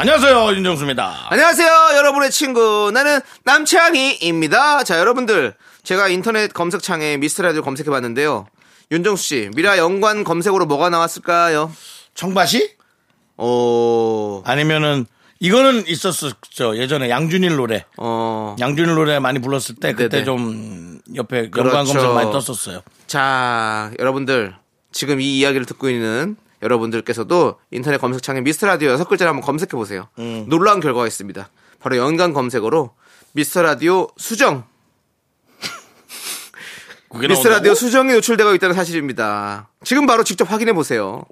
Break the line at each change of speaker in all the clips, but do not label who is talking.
안녕하세요 윤정수입니다.
안녕하세요, 여러분의 친구. 나는 남창희입니다. 자, 여러분들. 제가 인터넷 검색창에 미스터라디오 검색해 봤는데요. 윤정수 씨, 미라 연관 검색어로 뭐가 나왔을까요?
청바시?
어,
아니면은 이거는 있었었죠 예전에 양준일 노래.
어.
양준일 노래 많이 불렀을 때 그때
네네.
좀 옆에
그렇죠.
연관 검색 많이 떴었어요.
자, 여러분들. 지금 이 이야기를 듣고 있는 여러분들께서도 인터넷 검색창에 미스터라디오 여섯 글자를 한번 검색해 보세요. 놀라운 결과가 있습니다. 바로 연관 검색어로 미스터라디오 수정.
그게
미스 라디오
예, 나온다고?
수정이 노출되고 있다는 사실입니다. 지금 바로 직접 확인해 보세요.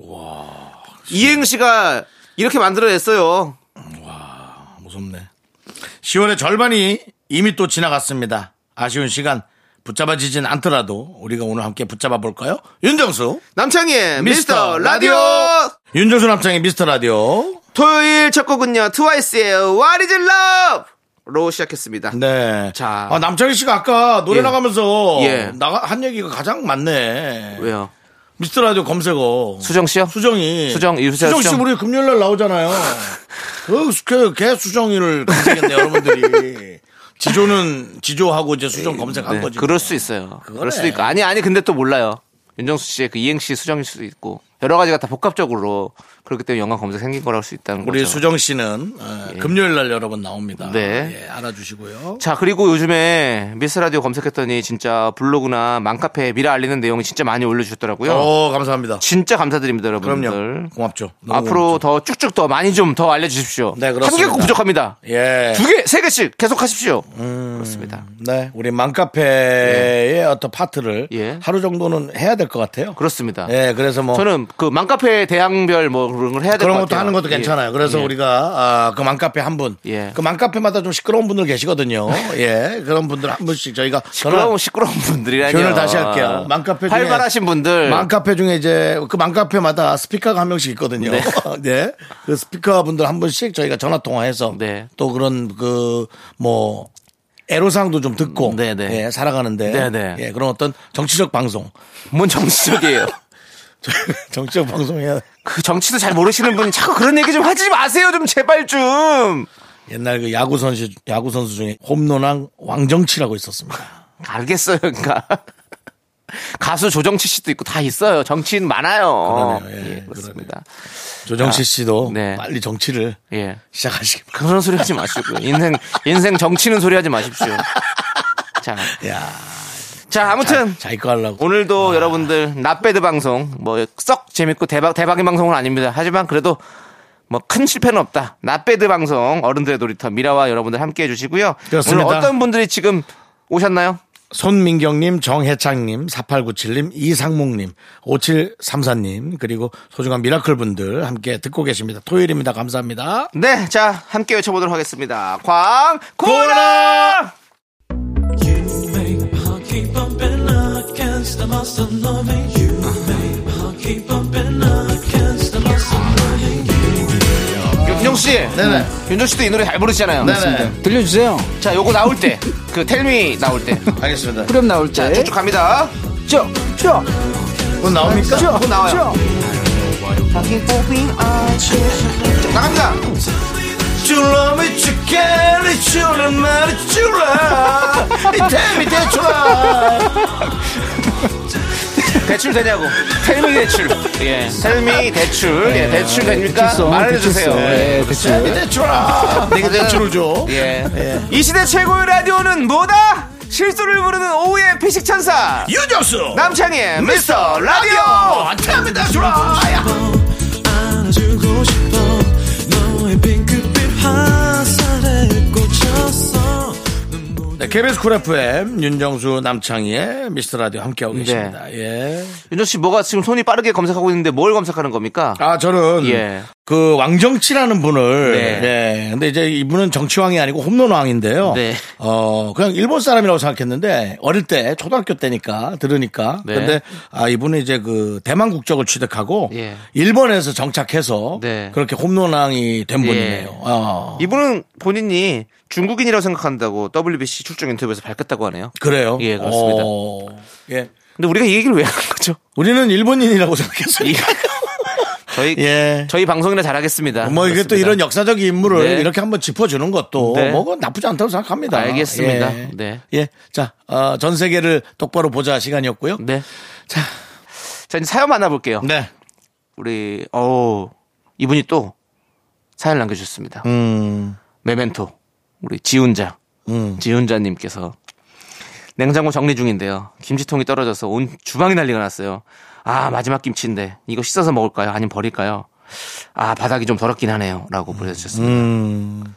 이행시가 이렇게 만들어냈어요.
어, 무섭네. 10월의 절반이 이미 또 지나갔습니다. 아쉬운 시간 붙잡아지진 않더라도 우리가 오늘 함께 붙잡아 볼까요? 윤정수
남창희의
미스터
미스터 라디오!
윤정수 남창의 미스터 라디오.
토요일 첫 곡은요, 트와이스의 What is love? 로 시작했습니다.
네.
자.
아, 남창희 씨가 아까 노래
예.
나가면서
예.
나가 한 얘기가 가장 많네.
왜요?
미스터 라디오 검색어.
수정씨요?
수정이
수정, 이수정,
수정 씨
수정.
우리 금요일 날 나오잖아요. 어, 그개 수정이를 검색했네 여러분들이. 지조는 지조하고 이제 수정 검색한
네,
거지. 뭐.
그럴 수 있어요.
그거네.
그럴 수도 있고. 아니, 아니, 근데 또 몰라요. 윤정수 씨의 그 이행시 수정일 수도 있고. 여러 가지가 다 복합적으로 그렇기 때문에 연관 검색 생긴 거라고 할 수 있다는 거죠. 예.
우리 수정 씨는 어, 금요일 날 여러분 나옵니다.
네.
예, 알아주시고요.
자 그리고 요즘에 미스 라디오 검색했더니 진짜 블로그나 맘카페에 미라 알리는 내용이 진짜 많이 올려주셨더라고요.
어 감사합니다.
진짜 감사드립니다, 여러분들.
그럼요. 고맙죠. 너무
앞으로 더 쭉쭉 더 많이 좀 더 알려주십시오.
네, 그렇습니다.
한개꼭 부족합니다.
고맙죠. 예. 음.
두 개, 세 개씩 계속 하십시오. 그렇습니다.
네, 우리 맘카페의 어떤 파트를
예.
하루 정도는 해야 될 것 같아요.
그렇습니다.
예, 그래서 뭐
저는 그 맘카페 대항별 뭐 그런 걸 해야 될 것 같아요.
그런 것도 하는 것도
예.
괜찮아요. 그래서
예.
우리가 아, 그 맘카페 한 분,
예.
그 맘카페마다 좀 시끄러운 분들 계시거든요. 예, 그런 분들 한 분씩 저희가
시끄러운 시끄러운 분들이라니요.
표현을 다시 할게요. 맘카페 중에
활발하신 분들.
맘카페 중에 이제 그 맘카페마다 스피커가 한 명씩 있거든요. 네. 그 스피커 분들 한 분씩 저희가 전화 통화해서
네.
또 그런 그 뭐 애로사항도 좀 듣고
네, 네.
예, 살아가는데
네, 네.
예, 그런 어떤 정치적 방송
뭔 정치적이에요.
정치적 방송이야
그 정치도 잘 모르시는 분이 자꾸 그런 얘기 좀 하지 마세요. 좀 제발 좀.
옛날 그 야구 선수 야구 선수 중에 홈런왕 왕정치라고 있었습니다.
알겠어요, 그러니까. 가수 조정치 씨도 있고 다 있어요. 정치인 많아요.
그러네요. 예,
예, 그렇습니다.
조정치 씨도
네.
빨리 정치를
예.
시작하시기 바랍니다.
그런 소리 하지 마시고 인생 인생 정치는 소리 하지 마십시오. 자,
야,
자 아무튼
자기거 아. 하려고
오늘도 여러분들 나배드 방송 뭐 썩 재밌고 대박 대박인 방송은 아닙니다. 하지만 그래도 뭐 큰 실패는 없다. 나배드 방송 어른들의 놀이터 미라와 여러분들 함께 해주시고요.
그렇습니다.
오늘 어떤 분들이 지금 오셨나요?
손민경님, 정혜창님, 4897님, 이상목님, 5734님, 그리고 소중한 미라클 분들 함께 듣고 계십니다. 토요일입니다. 감사합니다.
네, 자 함께 외쳐보도록 하겠습니다. 광고라. 윤정 씨, 네네. 윤정 씨도 이 노래 잘 부르시잖아요.
네네.
들려주세요.
자, 요거 나올 때, 그 텔미 나올 때,
알겠습니다.
그럼 나올 때.
쭉쭉 갑니다.
쭉, 쭉,
곧 나옵니까?
쭉,
곧 나와요.
쭉.
자, 나갑니다. 네 대출 되냐고. 텔미 대출. 예. 텔미 대출. 예, 대출 됩니까?
대출성,
말해주세요. 네, 그렇죠.
대출성.
네,
예, 대출.
그렇죠. 대출아! 내게 대출을 줘.
예. 이 시대 최고의 라디오는 뭐다? 실수를 부르는 오후의 피식천사.
유정수!
남창희의 미스터 라디오!
어, 대합니다, 주라! 네, KBS 쿨 FM 윤정수 남창희의 미스터 라디오 함께하고 계십니다. 예.
윤정 씨 뭐가 지금 손이 빠르게 검색하고 있는데 뭘 검색하는 겁니까?
아 저는
예.
그 왕정치라는 분을
네.
예. 근데 이제 이분은 정치왕이 아니고 홈런왕인데요.
네.
어 그냥 일본 사람이라고 생각했는데 어릴 때 초등학교 때니까 들으니까
네.
근데 아 이분은 이제 그 대만 국적을 취득하고
예.
일본에서 정착해서
네.
그렇게 홈런왕이 된
예.
분이에요. 어.
이분은 본인이 중국인이라고 생각한다고 WBC 출장 인터뷰에서 밝혔다고 하네요.
그래요.
예, 그렇습니다.
어. 예.
근데 우리가 이 얘기를 왜 하는 거죠?
우리는 일본인이라고 생각했어요.
저희
예.
저희 방송이나 잘하겠습니다.
뭐 이게 또
아, 그렇습니다.
이런 역사적 인물을
네.
이렇게 한번 짚어주는 것도
네.
뭐그 나쁘지 않다고 생각합니다.
알겠습니다.
예.
네.
예. 자, 어, 전 세계를 똑바로 보자 시간이었고요.
네. 자, 자 이제 사연 만나볼게요.
네.
우리 어 이분이 또 사연 남겨주셨습니다.
음,
메멘토 우리 지훈자
음.
지훈자님께서 냉장고 정리 중인데요. 김치통이 떨어져서 온 주방이 난리가 났어요. 아 마지막 김치인데 이거 씻어서 먹을까요? 아니면 버릴까요? 아 바닥이 좀 더럽긴 하네요.라고
음.
보내주셨습니다.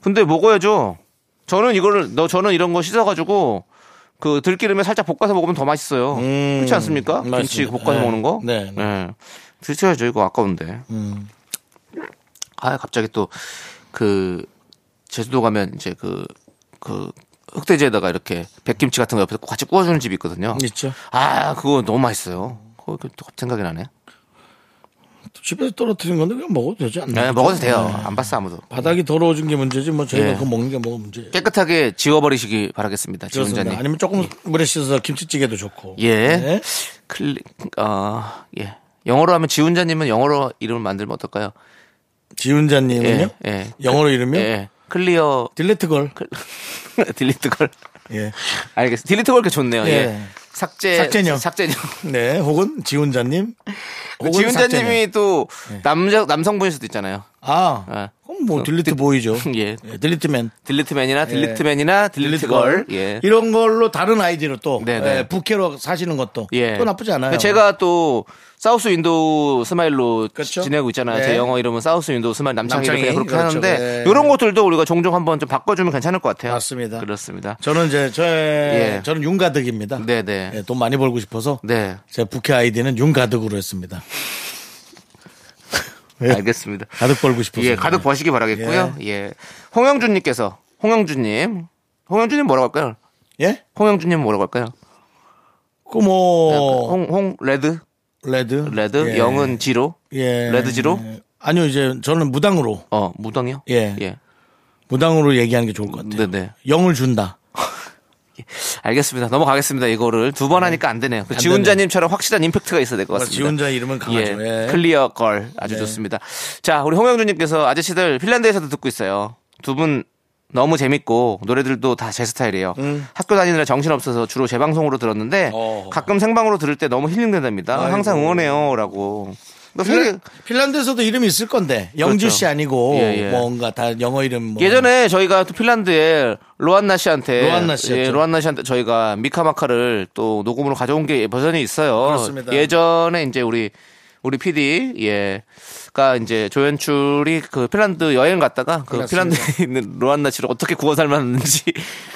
근데 먹어야죠. 저는 이거를 너 저는 이런 거 씻어가지고 그 들기름에 살짝 볶아서 먹으면 더 맛있어요.
음.
그렇지 않습니까?
맞습니다.
김치 볶아서
네.
먹는 거.
네, 네.
예. 드셔야죠. 이거 아까운데. 아 갑자기 또 그 제주도 가면 이제 그, 그 흑돼지에다가 이렇게 백김치 같은 거 옆에서 같이 구워주는 집이 있거든요.
있죠.
아, 그거 너무 맛있어요. 그거 또 갑자기 생각이 나네.
음. 집에서 떨어뜨린 건데 그냥 먹어도 되지 않나요?
네, 먹어도 돼요. 안 봤어, 아무도.
바닥이 더러워진 게 문제지 뭐 저희가
예.
그거 먹는 게 뭐가 문제예요.
깨끗하게 지워버리시기 바라겠습니다.
그렇습니다.
지원자님.
아니면 조금 물에 씻어서 김치찌개도 좋고.
예.
네.
클릭, 어, 예. 영어로 하면 지훈자님은 영어로 이름을 만들면 어떨까요?
지훈자님은요?
예, 예.
영어로 이름요?
예. 클리어,
딜레트 걸.
딜리트 걸.
예.
알겠습니다. 딜리트 걸게 좋네요. 예.
예.
삭제.
삭제녀.
삭제녀.
네. 혹은 지훈자님. 혹은 삭제녀.
지훈자님이 또
네.
남자, 남성분일 수도 있잖아요.
아,
예.
그럼 뭐 딜리트 보이죠.
예.
딜리트맨. 예.
딜리트맨이나 딜리트맨이나 딜리트걸. 예.
이런 걸로 다른 아이디로 또
네네.
예, 부캐로 사시는 것도
예.
또 나쁘지 않아요.
제가 또 사우스 윈도우 스마일로
그렇죠?
지내고 있잖아요. 제
네.
영어 이름은 사우스 윈도우 스마일 남창이
남창희,
그렇게
그렇죠.
하는데
네.
이런 것들도 우리가 종종 한번 좀 바꿔주면 괜찮을 것 같아요.
맞습니다.
그렇습니다.
저는 이제 저의
예.
저는 윤가득입니다.
네네.
예, 돈 많이 벌고 싶어서
네.
제 부캐 아이디는 윤가득으로 했습니다. 예.
알겠습니다.
가득 벌고 싶어서.
예, 가득 버시기 바라겠고요. 예. 홍영준님께서 홍영준님, 홍영준님 뭐라고 할까요?
예?
홍영준님 뭐라고 할까요?
그뭐
홍, 홍 레드,
레드
레드,
예.
영은 지로,
예.
레드지로,
아니요 이제 저는 무당으로
어 무당이요?
예.
예.
무당으로 얘기하는 게 좋을 것 같아요.
네네.
영을 준다.
알겠습니다. 넘어가겠습니다. 이거를 두 번 하니까 안 되네요. 그 지훈자님처럼 확실한 임팩트가 있어야 될 것 같습니다.
지훈자 이름은 강하죠.
예,
예. 네.
클리어 걸 아주 좋습니다. 자, 우리 홍영준님께서 아저씨들 핀란드에서도 듣고 있어요. 두 분 너무 재밌고 노래들도 다 제 스타일이에요. 학교 다니느라 정신 없어서 주로 재방송으로 들었는데
음. 어.
가끔 생방으로 들을 때 너무 힐링된답니다. 항상 응원해요라고. 근데 솔직히
필란- 핀란드에서도 이름이 있을 건데 영주
그렇죠.
씨 아니고 뭐
예, 예.
뭔가 다 영어 이름 뭐
예전에 저희가 또 핀란드에 로안나 씨한테
로안나 씨였죠.
예, 로안나 씨한테 저희가 미카마카를 또 녹음으로 가져온 게 버전이 있어요.
그렇습니다.
예전에 이제 우리 우리 PD 예가 이제 조연출이 그 핀란드 여행 갔다가 그
그렇습니다.
핀란드에 있는 로안나 씨를 어떻게 구워 삶았는지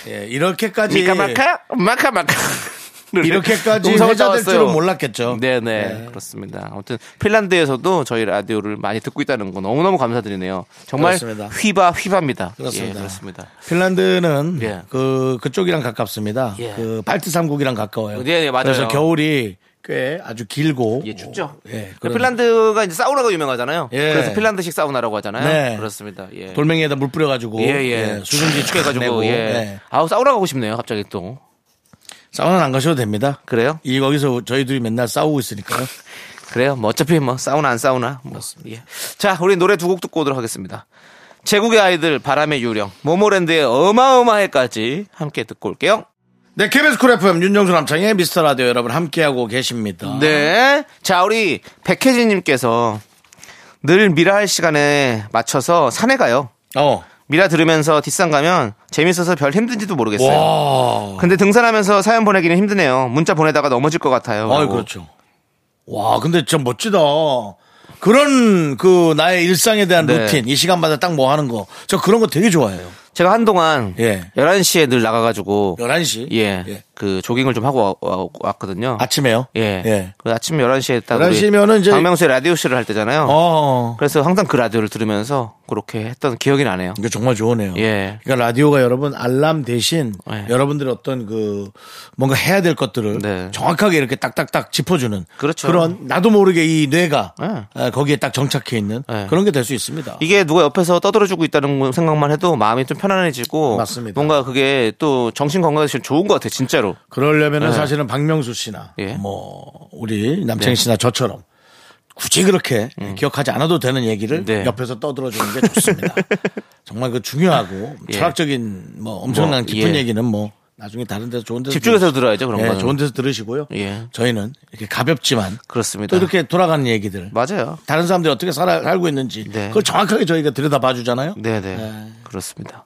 예, 이렇게까지
미카마카 마카마카
이렇게까지 회자 될 줄은 몰랐겠죠.
네네 그렇습니다. 아무튼 핀란드에서도 저희 라디오를 많이 듣고 있다는 거 너무 너무 감사드리네요. 정말
그렇습니다.
휘바 휘바입니다.
그렇습니다.
예, 그렇습니다.
핀란드는
예.
그 그쪽이랑 가깝습니다.
예.
그 발트 삼국이랑 가까워요.
네, 네, 맞아요.
그래서 겨울이 꽤 아주 길고
예, 춥죠.
어, 예,
그
그런
핀란드가 이제 사우나가 유명하잖아요.
예.
그래서 핀란드식 사우나라고 하잖아요.
네.
그렇습니다. 예.
돌멩이에다 물 뿌려가지고
예, 예.
수증기
축 해가지고,
내고, 네.
예. 아우, 사우나 가고 싶네요, 갑자기 또.
사우나 안 가셔도 됩니다.
그래요?
이 거기서 저희 둘이 맨날 싸우고 있으니까요.
그래요? 뭐 어차피 뭐, 사우나 안 사우나. 뭐. 예. 자, 우리 노래 두 곡 듣고 오도록 하겠습니다. 제국의 아이들, 바람의 유령, 모모랜드의 어마어마해까지 함께 듣고 올게요.
네, KBS 쿨 FM 윤정수 남창의 미스터 라디오 여러분 함께하고 계십니다.
네. 자, 우리 백혜진님께서 늘 미라 할 시간에 맞춰서 산에 가요.
어.
미라 들으면서 뒷산 가면 재밌어서 별 힘든지도 모르겠어요.
와.
근데 등산하면서 사연 보내기는 힘드네요. 문자 보내다가 넘어질 것 같아요.
아, 그렇죠. 와, 근데 참 멋지다. 그런 그 나의 일상에 대한
네.
루틴, 이 시간마다 딱 뭐 하는 거. 저 그런 거 되게 좋아해요.
제가 한동안
예.
11시에 늘 나가가지고
11시.
예. 그 조깅을 좀 하고 와, 와- 왔거든요.
아침에요?
예.
예.
그 아침 11시에 딱
11시면은 이제-
박명수의 라디오 쇼를 할 때잖아요.
어.
그래서 항상 그 라디오를 들으면서 그렇게 했던 기억이 나네요.
이게 정말 좋으네요.
예.
그러니까 라디오가 여러분 알람 대신
예.
여러분들의 어떤 그 뭔가 해야 될 것들을
네.
정확하게 이렇게 딱딱딱 짚어주는
그렇죠.
런 나도 모르게 이 뇌가
예.
아, 거기에 딱 정착해 있는
예.
그런 게 될 수 있습니다.
이게 누가 옆에서 떠들어주고 있다는 거- 생각만 해도 마음이 좀 편안해지고
맞습니다.
뭔가 그게 또 정신 건강에 지금 좋은 것 같아요, 진짜로.
그러려면은
예.
사실은 박명수 씨나
예. 네.
뭐 우리 남창희 씨나 저처럼 굳이 그렇게 기억하지 않아도 되는 얘기를
음. 네.
옆에서 떠들어 주는 게 좋습니다. 정말 그 중요하고
예.
철학적인 뭐 엄청난
뭐,
깊은
예.
얘기는 뭐 나중에 다른 데서 좋은 데서
집중해서
들으시-
들어야죠, 그런
예,
거는.
좋은 데서 들으시고요.
예.
저희는 이렇게 가볍지만
그렇습니다.
또 이렇게 돌아가는 얘기들
맞아요.
다른 사람들이 어떻게 살아, 살고 있는지
네.
그걸 정확하게 저희가 들여다봐 주잖아요.
네네. 그렇습니다.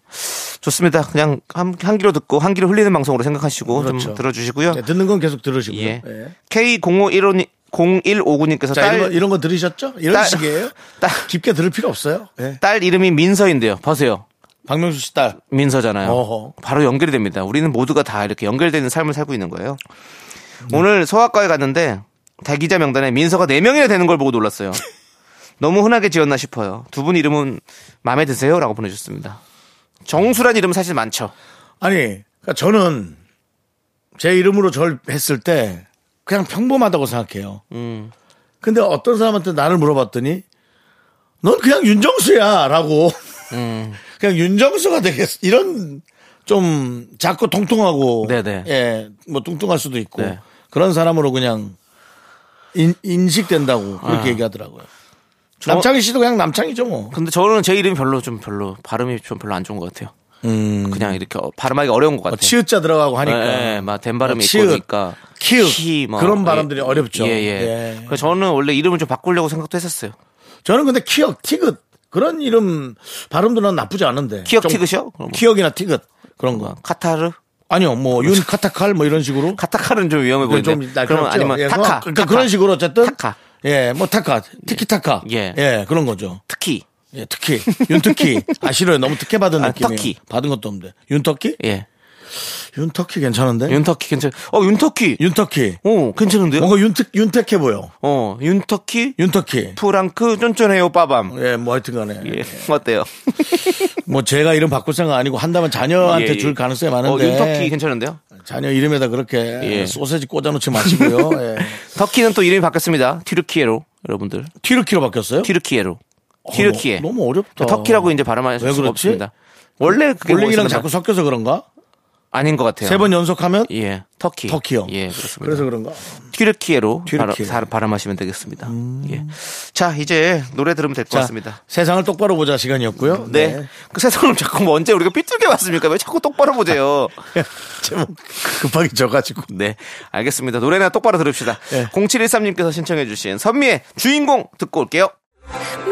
좋습니다. 그냥 한, 한 귀로 듣고 한 귀로 흘리는 방송으로 생각하시고
그렇죠.
좀 들어주시고요.
네, 듣는 건 계속 들으시고요.
예.
예.
K0515님, 0159님께서
자,
딸,
이런, 거, 이런 거 들으셨죠? 이런
딸-
식이에요?
딸-
깊게 들을 필요 없어요. 예.
딸 이름이 민서인데요. 보세요.
박명수 씨 딸.
민서잖아요.
어허.
바로 연결이 됩니다. 우리는 모두가 다 이렇게 연결되는 삶을 살고 있는 거예요. 오늘 소아과에 갔는데 대기자 명단에 민서가 4명이나 되는 걸 보고 놀랐어요. 너무 흔하게 지었나 싶어요. 두 분 이름은 마음에 드세요? 라고 보내주셨습니다. 정수란 이름은 사실 많죠.
아니, 그러니까 저는 제 이름으로 절 했을 때 그냥 평범하다고 생각해요.
음.
근데 어떤 사람한테 나를 물어봤더니 넌 그냥 윤정수야 라고
음.
그냥 윤정수가 되겠어. 이런 좀 작고 통통하고
네네.
예, 뭐 뚱뚱할 수도 있고
네.
그런 사람으로 그냥 인, 인식된다고 그렇게 얘기하더라고요.
아. 저-
남창희 씨도 그냥 남창희죠 뭐.
근데 저는 제 이름이 별로 좀 별로 발음이 좀 별로 안 좋은 것 같아요. 그냥 이렇게 어- 발음하기 어려운 것
뭐
같아요.
치읓자 음. 들어가고 하니까.
예, 예, 막
뭐
된발음이
치읓,
있고 그러니까
키읔,
키, 뭐.
그런
예,
발음들이 어렵죠.
예, 예.
예.
그래서 저는 원래 이름을 좀 바꾸려고 생각도 했었어요.
저는 근데 키역, 티긋 그런 이름 발음도 난 나쁘지 않은데.
키역,
좀
티긋이요? 그럼 뭐.
키역이나 티긋 그런 거.
뭔가 카타르?
아니요, 뭐 윤 카타칼 뭐 이런 식으로.
그 카타카는 좀 위험해
그건
뭐 보이는데.
네, 좀 날카롭죠.
아니면
예, 그거-
타카.
그러니까
타카.
그런 식으로 어쨌든.
타카.
예, 뭐 타카, 티키타카.
예.
그런 거죠.
특히
예, 특히 윤특히 아 싫어요. 너무 특혜 받은
아,
느낌이에요.
터키.
받은 것도 없는데. 윤터키?
예.
윤터키 괜찮은데?
윤터키 괜찮. 어, 윤터키.
윤터키.
어, 괜찮은데요?
뭔가 윤특 윤택해 보여.
어, 윤터키.
윤터키.
프랑크 쫀쫀해요 빠밤.
예, 뭐 하여튼간에
예. 어때요?
뭐 제가 이름 바꿀 생각 아니고 한다면 자녀한테
예, 예.
줄 가능성이
어,
많은데
윤터키 괜찮은데요?
자녀 이름에다 그렇게
예.
소세지 꽂아놓지 마시고요. 예.
터키는 또 이름이 바뀌었습니다. 튀르키예로 여러분들.
튀르키로 바뀌었어요?
튀르키예로.
어,
튀르키예. 그러니까
너무, 너무 어렵다.
터키라고 이제 발음할
왜
수가
그렇지?
없습니다. 원래 그게
볼링이랑
원래
자꾸 섞여서 그런가?
아닌 것 같아요.
세 번 연속하면
예, 터키.
터키요.
예, 그렇습니다.
그래서 그런가?
튀르키예로
튀르키예.
발음- 사- 발음하시면 되겠습니다. 예. 자, 이제 노래 들으면 될 것
자,
같습니다.
세상을 똑바로 보자 시간이었고요.
네. 그 세상을 자꾸 뭐 언제 우리가 삐뚤게 왔습니까? 왜 자꾸 똑바로 보세요?
제목 급하게 져가지고.
네. 알겠습니다. 노래나 똑바로 들읍시다.
네.
0713님께서 신청해주신 선미의 주인공 듣고 올게요.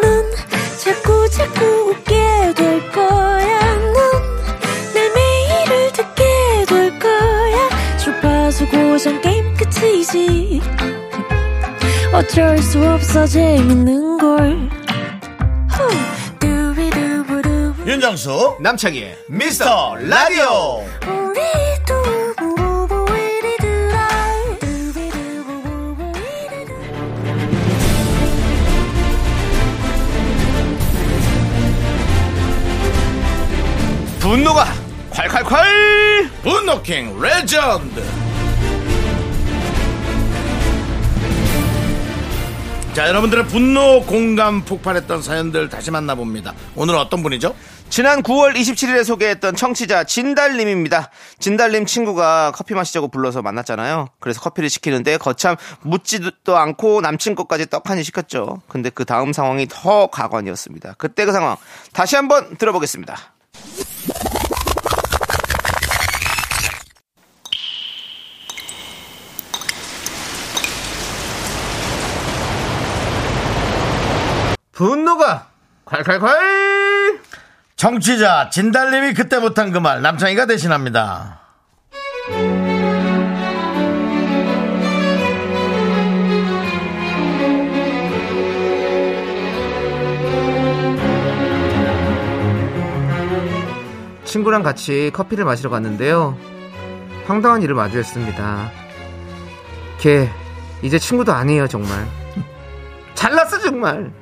넌 자꾸 자꾸 웃게 될 거야. 넌내 매일을 듣게 될 거야. 주파수 고정 게임 끝이지. 어쩔 수 없어 재밌는 걸. 후. 두비두부두.
윤정수
남창희의
미스터 라디오.
우리 두부부부 우리 두라. 두비두부부부 우리 두라.
분노가 콸콸콸!
분노킹 레전드. 자, 여러분들의 분노 공감 폭발했던 사연들 다시 만나봅니다. 오늘은 어떤 분이죠?
지난 9월 27일에 소개했던 청취자 진달님입니다. 진달님 친구가 커피 마시자고 불러서 만났잖아요. 그래서 커피를 시키는데 거참 묻지도 않고 남친 것까지 떡하니 시켰죠. 근데 그 다음 상황이 더 가관이었습니다. 그때 그 상황 다시 한번 들어보겠습니다. 분노가 콸콸콸!
정치자 진달님이 그때 못한 그 말 남창희가 대신합니다.
친구랑 같이 커피를 마시러 갔는데요. 황당한 일을 마주했습니다. 걔 이제 친구도 아니에요 정말. 잘났어 정말.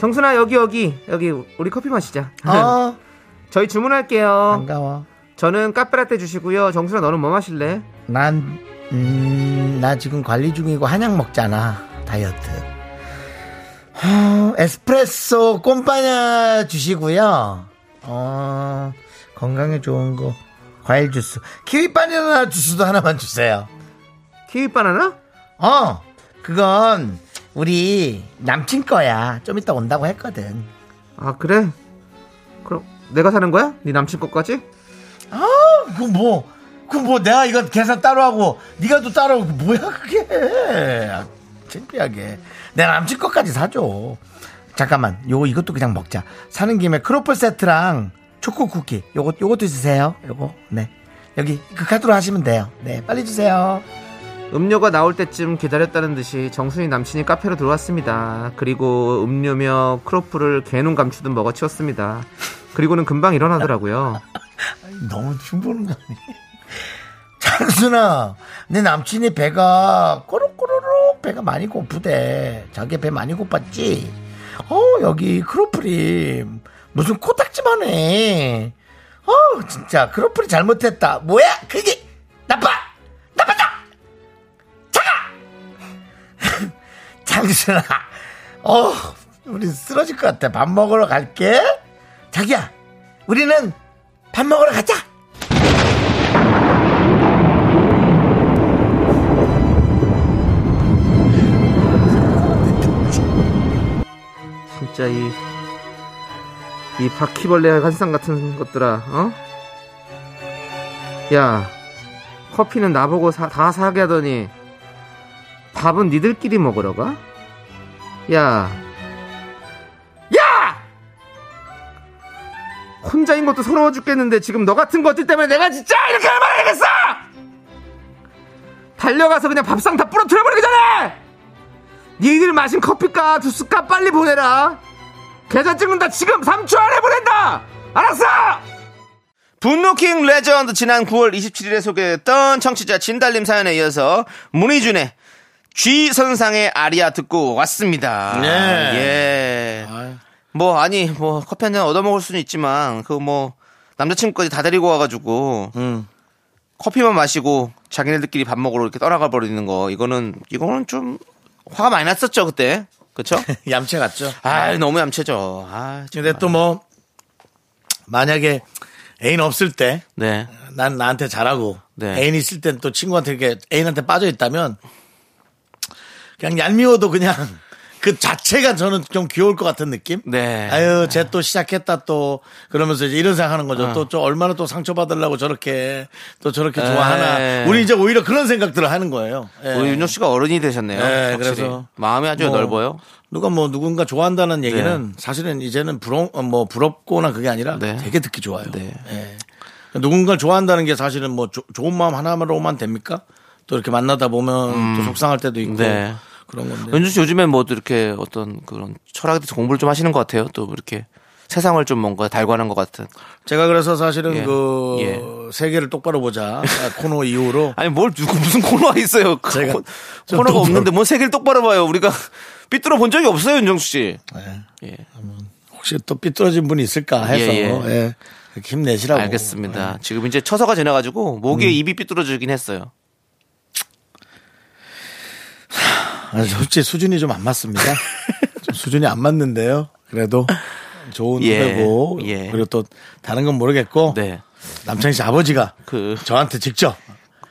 정순아 여기 여기 여기 우리 커피 마시자.
아,
저희 주문할게요.
반가워.
저는 카페라떼 주시고요. 정순아 너는 뭐 마실래?
난, 음, 나 지금 관리 중이고 한약 먹잖아. 다이어트. 하, 에스프레소 꼼빠냐 주시고요. 어, 건강에 좋은 거. 과일 주스. 키위 바나나 주스도 하나만 주세요.
키위 바나나?
어, 그건 우리 남친 거야. 좀 이따 온다고 했거든.
아 그래? 그럼 내가 사는 거야? 네 남친 것까지?
아, 그 뭐, 그 뭐 내가 이거 계산 따로 하고 네가 또 따로 하고 그 뭐야 그게? 아, 창피하게 내 남친 것까지 사줘. 잠깐만, 요거 이것도 그냥 먹자. 사는 김에 크로플 세트랑 초코 쿠키 요거 요것도 주세요. 요거 네 여기 그 카드로 하시면 돼요. 네 빨리 주세요.
음료가 나올 때쯤 기다렸다는 듯이 정순이 남친이 카페로 들어왔습니다. 그리고 음료며 크로플을 개눈 감추듯 먹어치웠습니다. 그리고는 금방 일어나더라고요.
너무 춤보는 거 아니야? 장순아, 내 남친이 배가 꼬르꼬르륵 배가 많이 고프대. 자기 배 많이 고팠지? 어, 여기 크로플이 무슨 코딱지만 해. 어, 진짜 크로플이 잘못했다. 뭐야? 그게 나빠! 나빠다! 자가! 장순아, 어, 우리 쓰러질 것 같아. 밥 먹으러 갈게. 자기야, 우리는 밥 먹으러 가자!
진짜 이, 이 바퀴벌레 한상 같은 것들아, 어? 야, 커피는 나보고 사- 다 사게 하더니 밥은 니들끼리 먹으러 가? 야, 야! 혼자인 것도 서러워 죽겠는데 지금 너 같은 것들 때문에 내가 진짜 이렇게 해봐야겠어! 달려가서 그냥 밥상 다 부러뜨려버리기 전에! 니들 마신 커피값 주스값 빨리 보내라 계좌 찍는다 지금 3초 안에 보낸다 알았어 분노킹 레전드 지난 9월 27일에 소개했던 청취자 진달님 사연에 이어서 문희준의 G 선상의 아리아 듣고 왔습니다.
네.
예. 뭐 아니 뭐 커피 한 잔 얻어 먹을 수는 있지만 그 뭐 남자친구까지 다 데리고 와가지고
음.
커피만 마시고 자기네들끼리 밥 먹으러 이렇게 떠나가 버리는 거 이거는 이거는 좀 화가 많이 났었죠 그때 그쵸?
얌체 같죠?
아 너무 얌체죠. 아
근데 또 뭐, 만약에 애인 없을 때,
네.
난 나한테 잘하고,
네.
애인 있을 땐 또 친구한테 이렇게 애인한테 빠져 있다면, 그냥 얄미워도 그냥 그 자체가 저는 좀 귀여울 것 같은 느낌?
네.
아유, 쟤 또 시작했다 또, 그러면서 이제 이런 생각 하는 거죠.
어.
또, 또 얼마나 또 상처받으려고 저렇게, 또 저렇게 좋아하나.
에.
우리 이제 오히려 그런 생각들을 하는 거예요. 예.
네. 우리 윤정 씨가 어른이 되셨네요.
네,
확실히.
그래서
마음이 아주
뭐
넓어요. 네.
누가 뭐 누군가 좋아한다는 얘기는 사실은 이제는 부러 어, 뭐 부럽거나 그게 아니라
네.
되게 듣기 좋아요.
네.
예. 누군가 좋아한다는 게 사실은 뭐 조- 좋은 마음 하나로만 됩니까? 또 이렇게 만나다 보면 또 속상할 때도 있고
음. 네.
그런 건데.
윤정 씨 요즘에 뭐또 이렇게 어떤 그런 철학에 대해서 공부를 좀 하시는 것 같아요. 또 이렇게 세상을 좀 뭔가 달관한 것 같은.
제가 그래서 사실은
예.
그
예.
세계를 똑바로 보자 코너 이후로
아니 뭘 누구 무슨 코너가 있어요? 그
제가
코-
좀뭐
코너가
똑바로-
없는데 뭔 세계를 똑바로 봐요. 우리가 삐뚤어 본 적이 없어요, 윤정수 씨.
예.
예.
혹시 또 삐뚤어진 분이 있을까 해서
예, 예.
예. 이렇게 힘내시라고. 음.
알겠습니다. 지금 이제 처서가 지나가지고 목에 입이 삐뚤어지긴 했어요.
아, 솔직히 수준이 좀 안 맞습니다. 좀 수준이 안 맞는데요. 그래도 좋은
예,
후배고
예.
그리고 또 다른 건 모르겠고
네.
남창희 씨 아버지가
그-
저한테 직접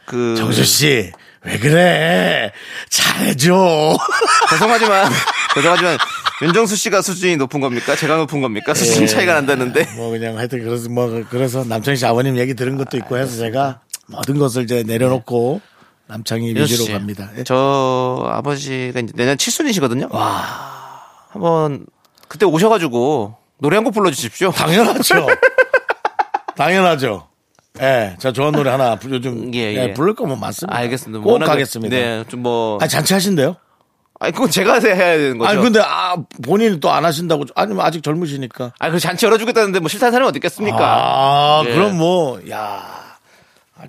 그
정수 씨 왜 그래 잘해줘
죄송하지만 죄송하지만 윤정수 씨가 수준이 높은 겁니까? 제가 높은 겁니까?
예.
수준 차이가 난다는데.
뭐 그냥 하여튼 그래서 뭐 그래서 남창희 씨 아버님 얘기 들은 것도 있고 해서
아,
제가
네.
모든 것을 이제 내려놓고 남창희
윤정수
위주로
씨,
갑니다. 예.
저 아버지가 이제 내년 칠순이시거든요. 와. 한번 그때 오셔가지고 노래 한 곡 불러주십시오.
당연하죠. 당연하죠. 예, 저 좋아하는 노래 하나 요즘
예,
예,
예.
부를 거면 맞습니다.
알겠습니다. 네.
꼭
워낙에-
가겠습니다.
네, 좀 뭐.
아 잔치 하신대요?
아니 그건 제가 해야 되는 거죠.
아니 근데 아 본인이 또 안 하신다고 아니면 아직 젊으시니까.
아니 그 잔치 열어주겠다는데 뭐 싫다는 사람이 어디 있겠습니까?
아
예.
그럼 뭐야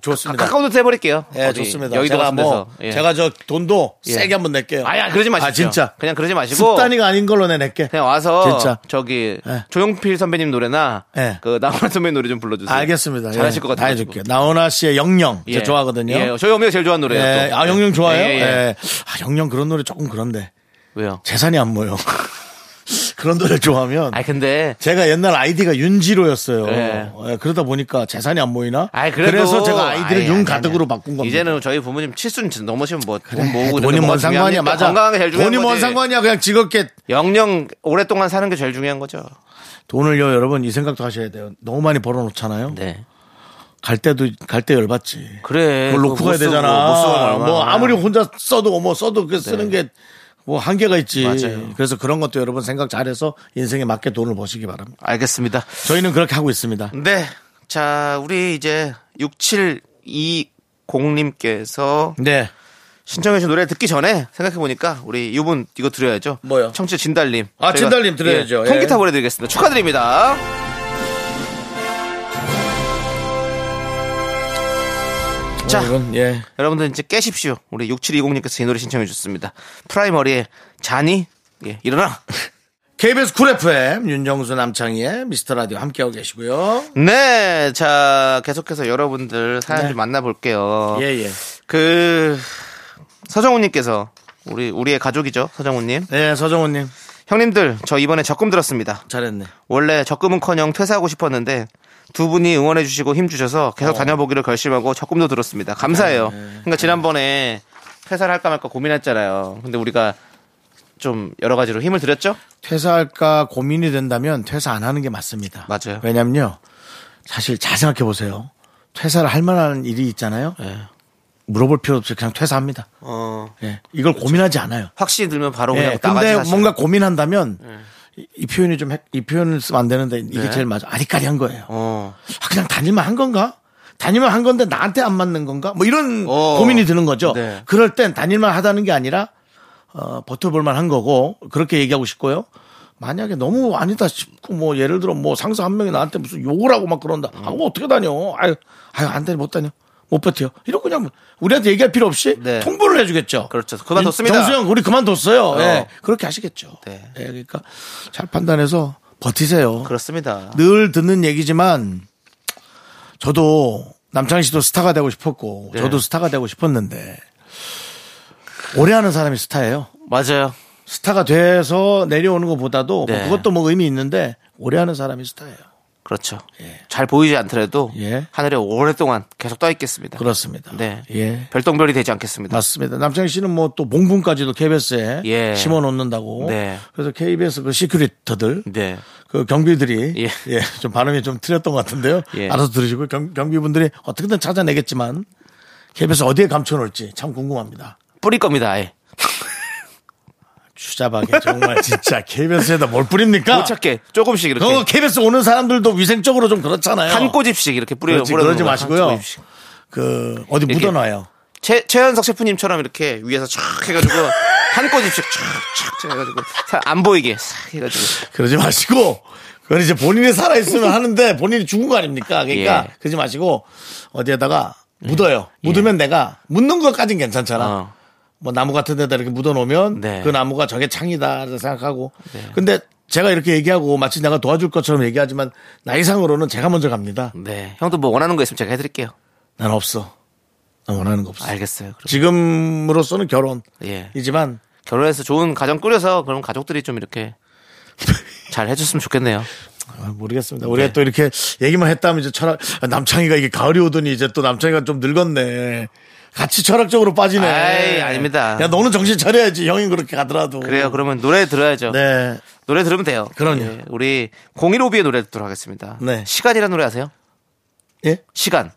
좋습니다.
카카오도 해버릴게요.
아, 예
어디,
좋습니다.
여의도
제가
같은 데서.
뭐
예.
제가 저 돈도
예.
세게 한번 낼게요.
아니, 아니, 그러지 마시고.
아, 진짜.
그냥 그러지 마시고.
습단이가 아닌 걸로 내낼게.
그냥 와서
진짜.
저기
예.
조용필 선배님 노래나
예.
그 나훈아 선배 노래 좀 불러주세요.
알겠습니다. 예.
잘하실 것 같아요.
다 해줄게요. 나훈아 씨의 영영.
예.
제가 좋아하거든요.
예. 저희 어머니가 제일 좋아하는 노래예요.
예.
또.
아, 영영 좋아요?
예, 예.
예. 아, 영영 그런 노래 조금 그런데.
왜요?
재산이 안 모여. 그런 노래 좋아하면.
아니 근데
제가 옛날 아이디가 윤지로였어요.
예.
예, 그러다 보니까 재산이 안 모이나?
아이, 그래도-
그래서 제가 아이디를
아이,
윤
아니,
가득으로
아니.
바꾼 겁니다.
이제는 저희 부모님 칠순 넘으시면 뭐 돈
예,
모으고
돈이
이런 거
뭔
중요하니까
상관이야, 맞아.
건강하게 제일 중요한
돈이 뭔
거지.
상관이야, 그냥 즐겁게.
영영 오랫동안 사는 게 제일 중요한 거죠.
돈을요, 여러분, 이 생각도 하셔야 돼요. 너무 많이 벌어놓잖아요.
네.
갈 때도, 갈 때 열받지.
예, 그래.
그걸 놓고
그거 못
가야
쓰고,
되잖아.
못 쓰고 얼마나.
뭐 아무리 혼자 써도 뭐 써도 그 쓰는 게 뭐 한계가 있지.
맞아요.
그래서 그런 것도 여러분 생각 잘해서 인생에 맞게 돈을 버시기 바랍니다.
알겠습니다.
저희는 그렇게 하고 있습니다.
네. 자, 우리 이제 6720님께서
네.
신청해주신 노래 듣기 전에 생각해보니까 우리 이분 이거 드려야죠.
뭐요?
청취자 진달님.
아,
저희가,
진달님 드려야죠.
예, 통기타
예.
보내드리겠습니다. 축하드립니다. 자,
어, 이건 예.
여러분들 이제 깨십시오. 우리 6720님께서 이 노래 신청해주셨습니다. 프라이머리의 잔이, 예, 일어나.
KBS 쿨 FM 윤정수 남창희의 미스터 라디오 함께하고 계시고요.
네, 자, 계속해서 여러분들 사연 좀 만나볼게요.
네. 예, 예.
그 서정훈님께서 우리 우리의 가족이죠 서정훈님
네, 서정훈님.
형님들 저 이번에 적금 들었습니다
잘했네.
원래 적금은커녕 퇴사하고 싶었는데 두 분이 응원해주시고 힘주셔서 계속 다녀보기로 결심하고 적금도 들었습니다 감사해요 그러니까 지난번에 퇴사를 할까 말까 고민했잖아요 근데 우리가 좀 여러 가지로 힘을 드렸죠
퇴사할까 고민이 된다면 퇴사 안 하는 게 맞습니다.
맞아요.
왜냐면요. 사실 잘 생각해 보세요. 퇴사를 할 만한 일이 있잖아요.
예.
물어볼 필요 없이 그냥 퇴사합니다.
어
예. 이걸 고민하지 않아요.
확신이 들면 바로 그냥
예,
나가지 예.
근데
사실.
뭔가 고민한다면 이, 이 표현이 좀, 헷- 이 표현을 쓰면 안 되는데 이게
네.
제일 맞아. 아리까리 한 거예요.
어
아, 그냥 다닐만 한 건가? 다닐만 한 건데 나한테 안 맞는 건가? 뭐 이런
어.
고민이 드는 거죠.
네.
그럴 땐 다닐만 하다는 게 아니라 어, 버텨볼만 한 거고 그렇게 얘기하고 싶고요. 만약에 너무 아니다 싶고 뭐 예를 들어 뭐 상사 한 명이 나한테 무슨 욕을 하고 막 그런다. 아, 뭐 어떻게 다녀? 아유, 아유 안 다니 못 다녀. 못 버텨. 이런 그냥 우리한테 얘기할 필요 없이
네.
통보를 해주겠죠.
그렇죠. 그만뒀습니다.
정수영 우리 그만뒀어요.
어.
예, 그렇게 하시겠죠.
네.
예, 그러니까 잘 판단해서 버티세요.
그렇습니다
늘 듣는 얘기지만 저도 남창희 씨도 스타가 되고 싶었고
네.
저도 스타가 되고 싶었는데 오래 하는 사람이 스타예요.
맞아요
스타가 돼서 내려오는 것보다도
네.
뭐 그것도 뭐 의미 있는데 오래 하는 사람이 스타예요.
그렇죠 잘 보이지 않더라도
예.
하늘에 오랫동안 계속 떠 있겠습니다
그렇습니다.
네.
예.
별똥별이 되지 않겠습니다.
맞습니다. 남창희 씨는 뭐 또 몽분까지도 KBS에
예.
심어 놓는다고.
네.
그래서 KBS 그 시큐리터들
네.
그 경비들이
예.
예. 좀 발음이 좀 틀렸던 것 같은데요.
예.
알아서 들으시고 경, 경비분들이 어떻게든 찾아내겠지만 KBS 어디에 감춰놓을지 참 궁금합니다.
뿌릴 겁니다. 아예.
추잡하게 정말 진짜 KBS에다 뭘 뿌립니까?
못 찾게 조금씩 이렇게
그거 KBS 오는 사람들도 위생적으로 좀 그렇잖아요.
한 꼬집씩 이렇게 뿌려
그렇지,
뿌려놓는
그러지
거예요.
마시고요.
한 꼬집씩.
그 어디
이렇게.
묻어놔요.
최 최현석 셰프님처럼 이렇게 위에서 촥 해가지고 한 꼬집씩 촥촥 해가지고 사- 안 보이게 싹 해가지고
그러지 마시고 그건 이제 본인이 살아있으면 하는데 본인이 죽은 거 아닙니까? 그러니까
예.
그러지 마시고 어디에다가 묻어요. 묻으면 내가 묻는 것까진 괜찮잖아.
어.
뭐 나무 같은 데다 이렇게 묻어놓으면
네.
그 나무가 저게 창이다 생각하고 근데 제가 이렇게 얘기하고 마치 내가 도와줄 것처럼 얘기하지만 나이상으로는 제가 먼저 갑니다.
네 형도 뭐 원하는 거 있으면 제가 해드릴게요.
난 없어. 난 원하는 거 없어.
알겠어요. 그럼.
지금으로서는
예.
결혼이지만
결혼해서 좋은 가정 꾸려서 그럼 가족들이 좀 이렇게 잘 해줬으면 좋겠네요.
아, 모르겠습니다. 우리가
네.
또 이렇게 얘기만 했다면 이제 철학 아, 남창희가 이게 가을이 오더니 이제 또 남창희가 좀 늙었네. 같이 철학적으로 빠지네.
아이, 아닙니다.
야 너는 정신 차려야지. 형이 그렇게 가더라도.
그래요. 그러면 노래 들어야죠.
음. 네.
노래 들으면 돼요.
그럼요.
예, 우리 015B의 노래 듣도록 하겠습니다.
네.
시간이라는 노래 아세요?
예?
시간.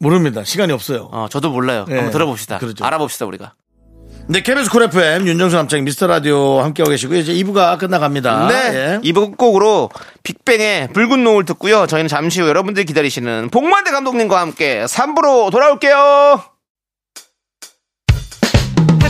모릅니다. 시간이 없어요.
어, 저도 몰라요.
예.
한번 들어봅시다.
그렇죠.
알아봅시다 우리가.
네, KBS 쿨 FM 윤정수 남창희 미스터 라디오 함께하고 계시고요. 이제 2부가 끝나갑니다.
네.
예.
이부 끝곡으로 빅뱅의 붉은 노을 듣고요. 저희는 잠시 후 여러분들이 기다리시는 복만대 감독님과 함께 3부로 돌아올게요.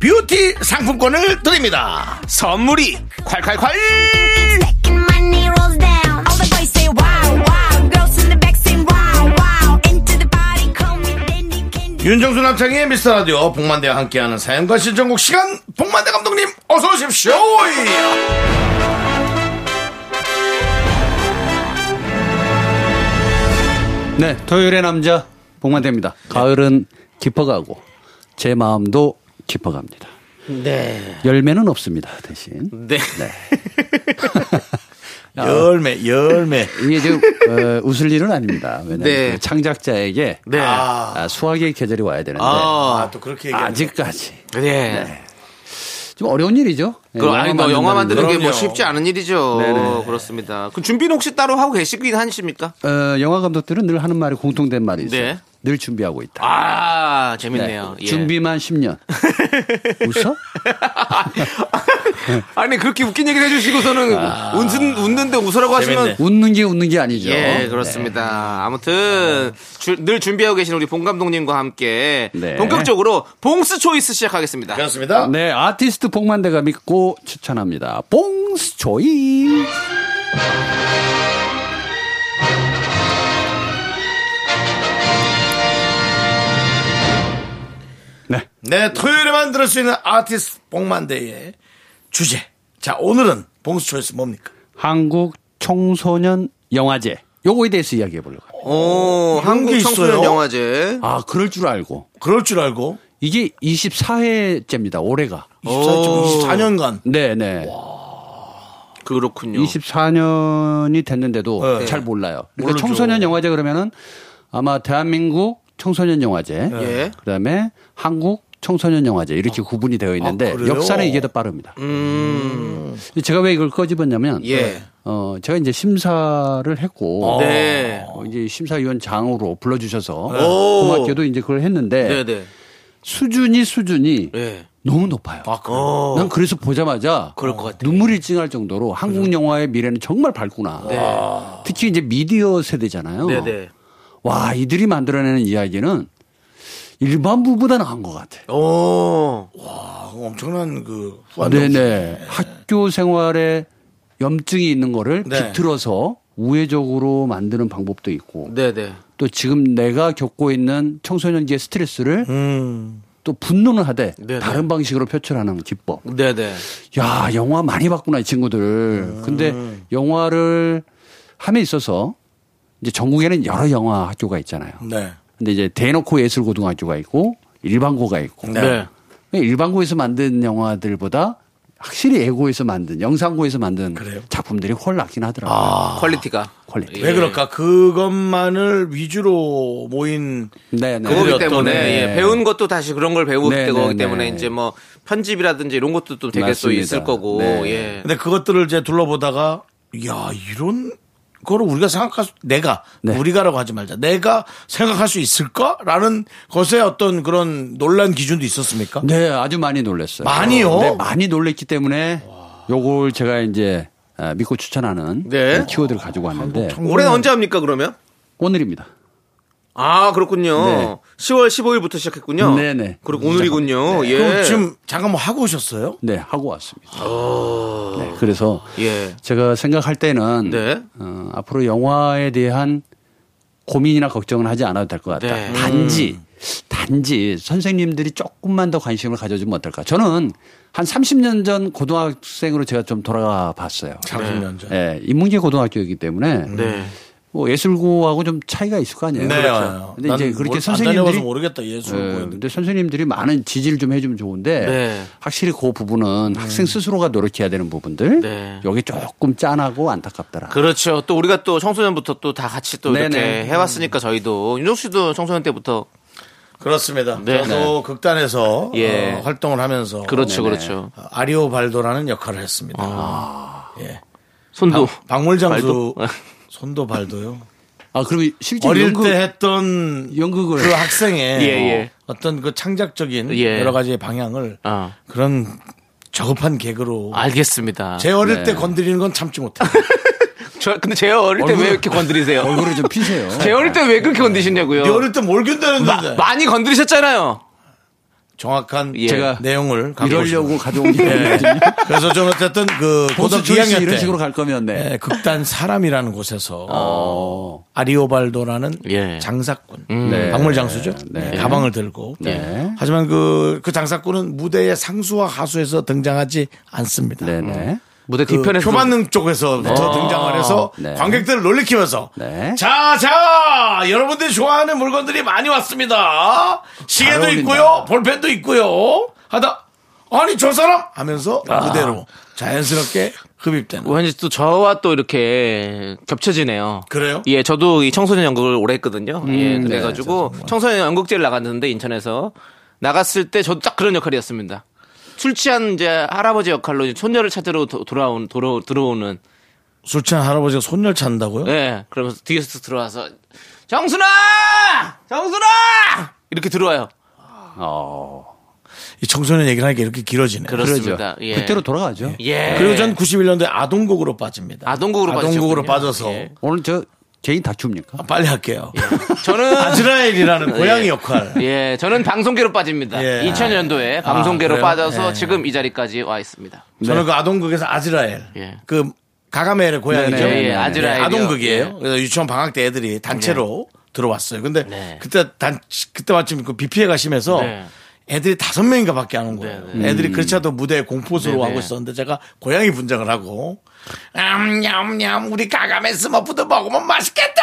뷰티 상품권을 드립니다.
선물이 콸콸콸!
Second money rolls down. All the boys say wow, wow. Girls in the back say wow, wow. Into the party, call me Dandy Candy.
윤정수 남창희의 미스터 라디오 복만대와 함께하는 사연과 신청곡 시간 복만대 감독님 어서 오십시오.
네, 토요일의 남자 복만대입니다. 가을은 깊어가고 제 마음도 깊어갑니다. 네. 열매는 없습니다. 대신
네.
열매 열매
이게 지금 어, 웃을 일은 아닙니다. 왜냐하면
네.
그 창작자에게
네.
아, 수학의 계절이 와야 되는데
아,
또 그렇게 얘기하는
아직까지
네.
좀 어려운 일이죠. 예,
그 아니 뭐 영화 만드는 네,
거.
게 뭐
그럼요.
쉽지 않은 일이죠. 그렇습니다. 그 준비는 혹시 따로 하고 계시긴 하십니까?
어, 영화 감독들은 늘 하는 말이 공통된 말이 있어요.
네.
늘 준비하고 있다.
아
네.
재밌네요. 예.
준비만 10년. 웃어?
아니 그렇게 웃긴 얘기를 해주시고서는 웃는 웃는데 웃으라고 하시면
재밌네.
웃는 게 웃는 게 아니죠. 네.
예 그렇습니다. 아무튼 주- 늘 준비하고 계신 우리 봉 감독님과 함께
네.
본격적으로 봉스 초이스 시작하겠습니다.
그렇습니다.
네, 아티스트 복만대가 믿고 추천합니다. 봉스 조이. 네.
네 토요일에만 들을 수 있는 아티스트 복만대의 주제. 자 오늘은 봉수 초이스 뭡니까?
한국 청소년 영화제. 요거에 대해서 이야기해 보려고 합니다.
오
게
한국
있어요?
청소년 영화제.
아, 그럴 줄 알고.
그럴 줄 알고
이게 24회째입니다, 올해가.
24, 24년간
네네.
그렇군요.
24년이 됐는데도
네.
잘 몰라요. 그러니까
모르죠.
청소년 영화제 그러면은 아마 대한민국 청소년 영화제,
예.
그다음에 한국 청소년 영화제 이렇게 구분이 되어 있는데
그래요?
역사는 이게 더 빠릅니다. 음. 제가 왜 이걸 꺼집었냐면
예.
어 제가 이제 심사를 했고
네.
어, 이제 심사위원장으로 불러주셔서
오.
고맙게도 이제 그걸 했는데
네네.
수준이 수준이
네.
예.
너무 높아요.
어.
난 그래서 보자마자
그럴 것 같아요.
눈물이 찡할 정도로 한국 영화의 미래는 정말 밝구나. 아. 특히 이제 미디어 세대잖아요.
네. 네네.
와 이들이 만들어내는 이야기는 일반부보다 나은 것 같아.
오.
아, 엄청난 그 후한도
네네.
없이.
학교 생활에 염증이 있는 거를
네.
비틀어서 우회적으로 만드는 방법도 있고
네네.
또 지금 내가 겪고 있는 청소년기의 스트레스를
음.
또 분노는 하되
네네.
다른 방식으로 표출하는 기법.
네네.
야 영화 많이 봤구나 이 친구들.
음.
근데 영화를 함에 있어서 이제 전국에는 여러 영화 학교가 있잖아요.
네.
근데 이제 대놓고 예술 고등학교가 있고 일반고가 있고
네.
일반고에서 만든 영화들보다 확실히 예고에서 만든 영상고에서 만든
그래요? 아.
작품들이 훨 낫긴 하더라고요.
아, 퀄리티가.
퀄리티.
왜 그럴까? 그것만을 위주로 모인
네, 네.
그거기
그들이 어떤,
때문에
네.
예, 배운 것도 다시 그런 걸 배우기
네,
때문에
네, 네.
이제 뭐 편집이라든지 이런 것도 또 되게 또
맞습니다.
있을 거고
네.
예.
근데 그것들을 이제 둘러보다가 야 이런 그걸 우리가 생각할 수, 내가,
네.
우리가라고 하지 말자. 내가 생각할 수 있을까? 라는 것에 어떤 그런 논란 기준도 있었습니까?
네, 아주 많이 놀랐어요.
많이요?
네, 많이 놀랬기 때문에 요걸 제가 이제 아, 믿고 추천하는
네.
네, 키워드를 가지고 왔는데
올해는 언제 합니까 그러면?
오늘입니다.
아 그렇군요.
네.
10월 15일부터 시작했군요.
네네.
그리고 오늘이군요. 예.
그럼 지금 잠깐 뭐 하고 오셨어요?
네, 하고 왔습니다.
아.
네, 그래서
예.
제가 생각할 때는
네.
어, 앞으로 영화에 대한 고민이나 걱정은 하지 않아도 될 것 같다.
네.
음.
단지 단지 선생님들이 조금만 더 관심을 가져주면 어떨까? 저는 한 30년 전 고등학생으로 제가 좀 돌아가 봤어요.
30년 전.
예, 인문계 고등학교이기 때문에
네.
뭐 예술고하고 좀 차이가 있을 거 아니에요.
그렇죠.
네. 근데 이제
난
그렇게
뭘- 안 다녀봐서
선생님들이
모르겠다. 예술
예,
보이는데.
근데 선생님들이 많은 지지를 좀 해주면 좋은데
네.
확실히 그 부분은 학생 스스로가 노력해야 되는 부분들
네.
여기 조금 짠하고 안타깝더라.
그렇죠. 또 우리가 또 청소년부터 또 다 같이 또 이렇게
네네.
해왔으니까 저희도 윤종 씨도 청소년 때부터
그렇습니다.
네.
저도 극단에서
예.
어, 활동을 하면서
그렇죠, 그렇죠.
어, 아리오 발도라는 역할을 했습니다. 예.
손도
박물장수
아. 발도?
손도 발도요.
아 그럼 실제
어릴
연극
때 했던
연극을
그 학생의
예, 예.
어떤 그 창작적인
예.
여러 가지의 방향을
아.
그런 저급한 개그로
알겠습니다.
제 어릴
네.
때 건드리는 건 참지 못해.
저 근데 제 어릴 때 왜 이렇게 건드리세요?
얼굴을 좀 피세요.
제 어릴 때 왜 그렇게 건드시냐고요?
네 어릴 때 뭘 견뎌냈는데
많이 건드리셨잖아요.
정확한
예.
제가
내용을 갖고
이러려고
오시는
가져온 게
네.
아니거든요.
그래서 저는 어쨌든 그
보수
고등학교
출신
2학년 때
이런 식으로 갈 거면 네.
예, 극단 사람이라는 곳에서
어.
아리오발도라는
예.
장사꾼,
네.
박물장수죠.
네.
네, 가방을 들고.
네.
하지만 그, 그 장사꾼은 무대의 상수와 하수에서 등장하지 않습니다.
네네.
무대
그
뒤편에서
표만능 쪽에서부터 등장을 해서
네.
관객들을 놀래키면서
네.
자, 자! 여러분들이 좋아하는 물건들이 많이 왔습니다. 시계도
어울린다.
있고요. 볼펜도 있고요. 하다, 아니, 저 사람! 하면서
아.
무대로 자연스럽게 흡입되는.
왠지 또 저와 또 이렇게 겹쳐지네요.
그래요?
예, 저도 이 청소년 연극을 오래 했거든요. 예, 그래가지고 청소년 연극제를 나갔는데 인천에서 나갔을 때 저도 딱 그런 역할이었습니다. 술 취한 이제 할아버지 역할로 이제 손녀를 찾으러 도- 돌아온 도로, 들어오는
술 취한 할아버지가 손녀를 찾는다고요?
예, 그러면서 뒤에서 들어와서 정순아, 정순아 이렇게 들어와요.
어.
이 청소년 얘기를 하니까 이렇게 길어지네. 요
그렇습니다. 예.
그때로 돌아가죠.
예.
그리고 전 91년도에 아동곡으로 빠집니다.
아동곡으로
아동곡으로
빠지셨군요.
빠져서
예.
오늘 저 개인 다큐입니까?
아, 빨리 할게요.
저는
아즈라엘이라는 고양이 역할.
예, 저는 방송계로 빠집니다.
예.
2000년도에 방송계로
그래요?
빠져서
예.
지금 이 자리까지 와 있습니다.
저는 그 아동극에서 아즈라엘.
네. 예.
그 가가멜의 고양이죠.
네, 네, 네. 아즈라엘이요.
아동극이에요.
예.
그래서 유치원 방학 때 애들이 단체로 들어왔어요. 근데
네.
그때 단 그때 마침 그 비 피해가 심해서
네. 음.
애들이 다섯 명인가 밖에 안 온 거예요. 애들이 그렇지 않아도 무대에 공포스러워
네, 네.
하고 있었는데 제가 고양이 분장을 하고 냠냠냠 우리 가가멜 스머프도 먹으면 맛있겠다.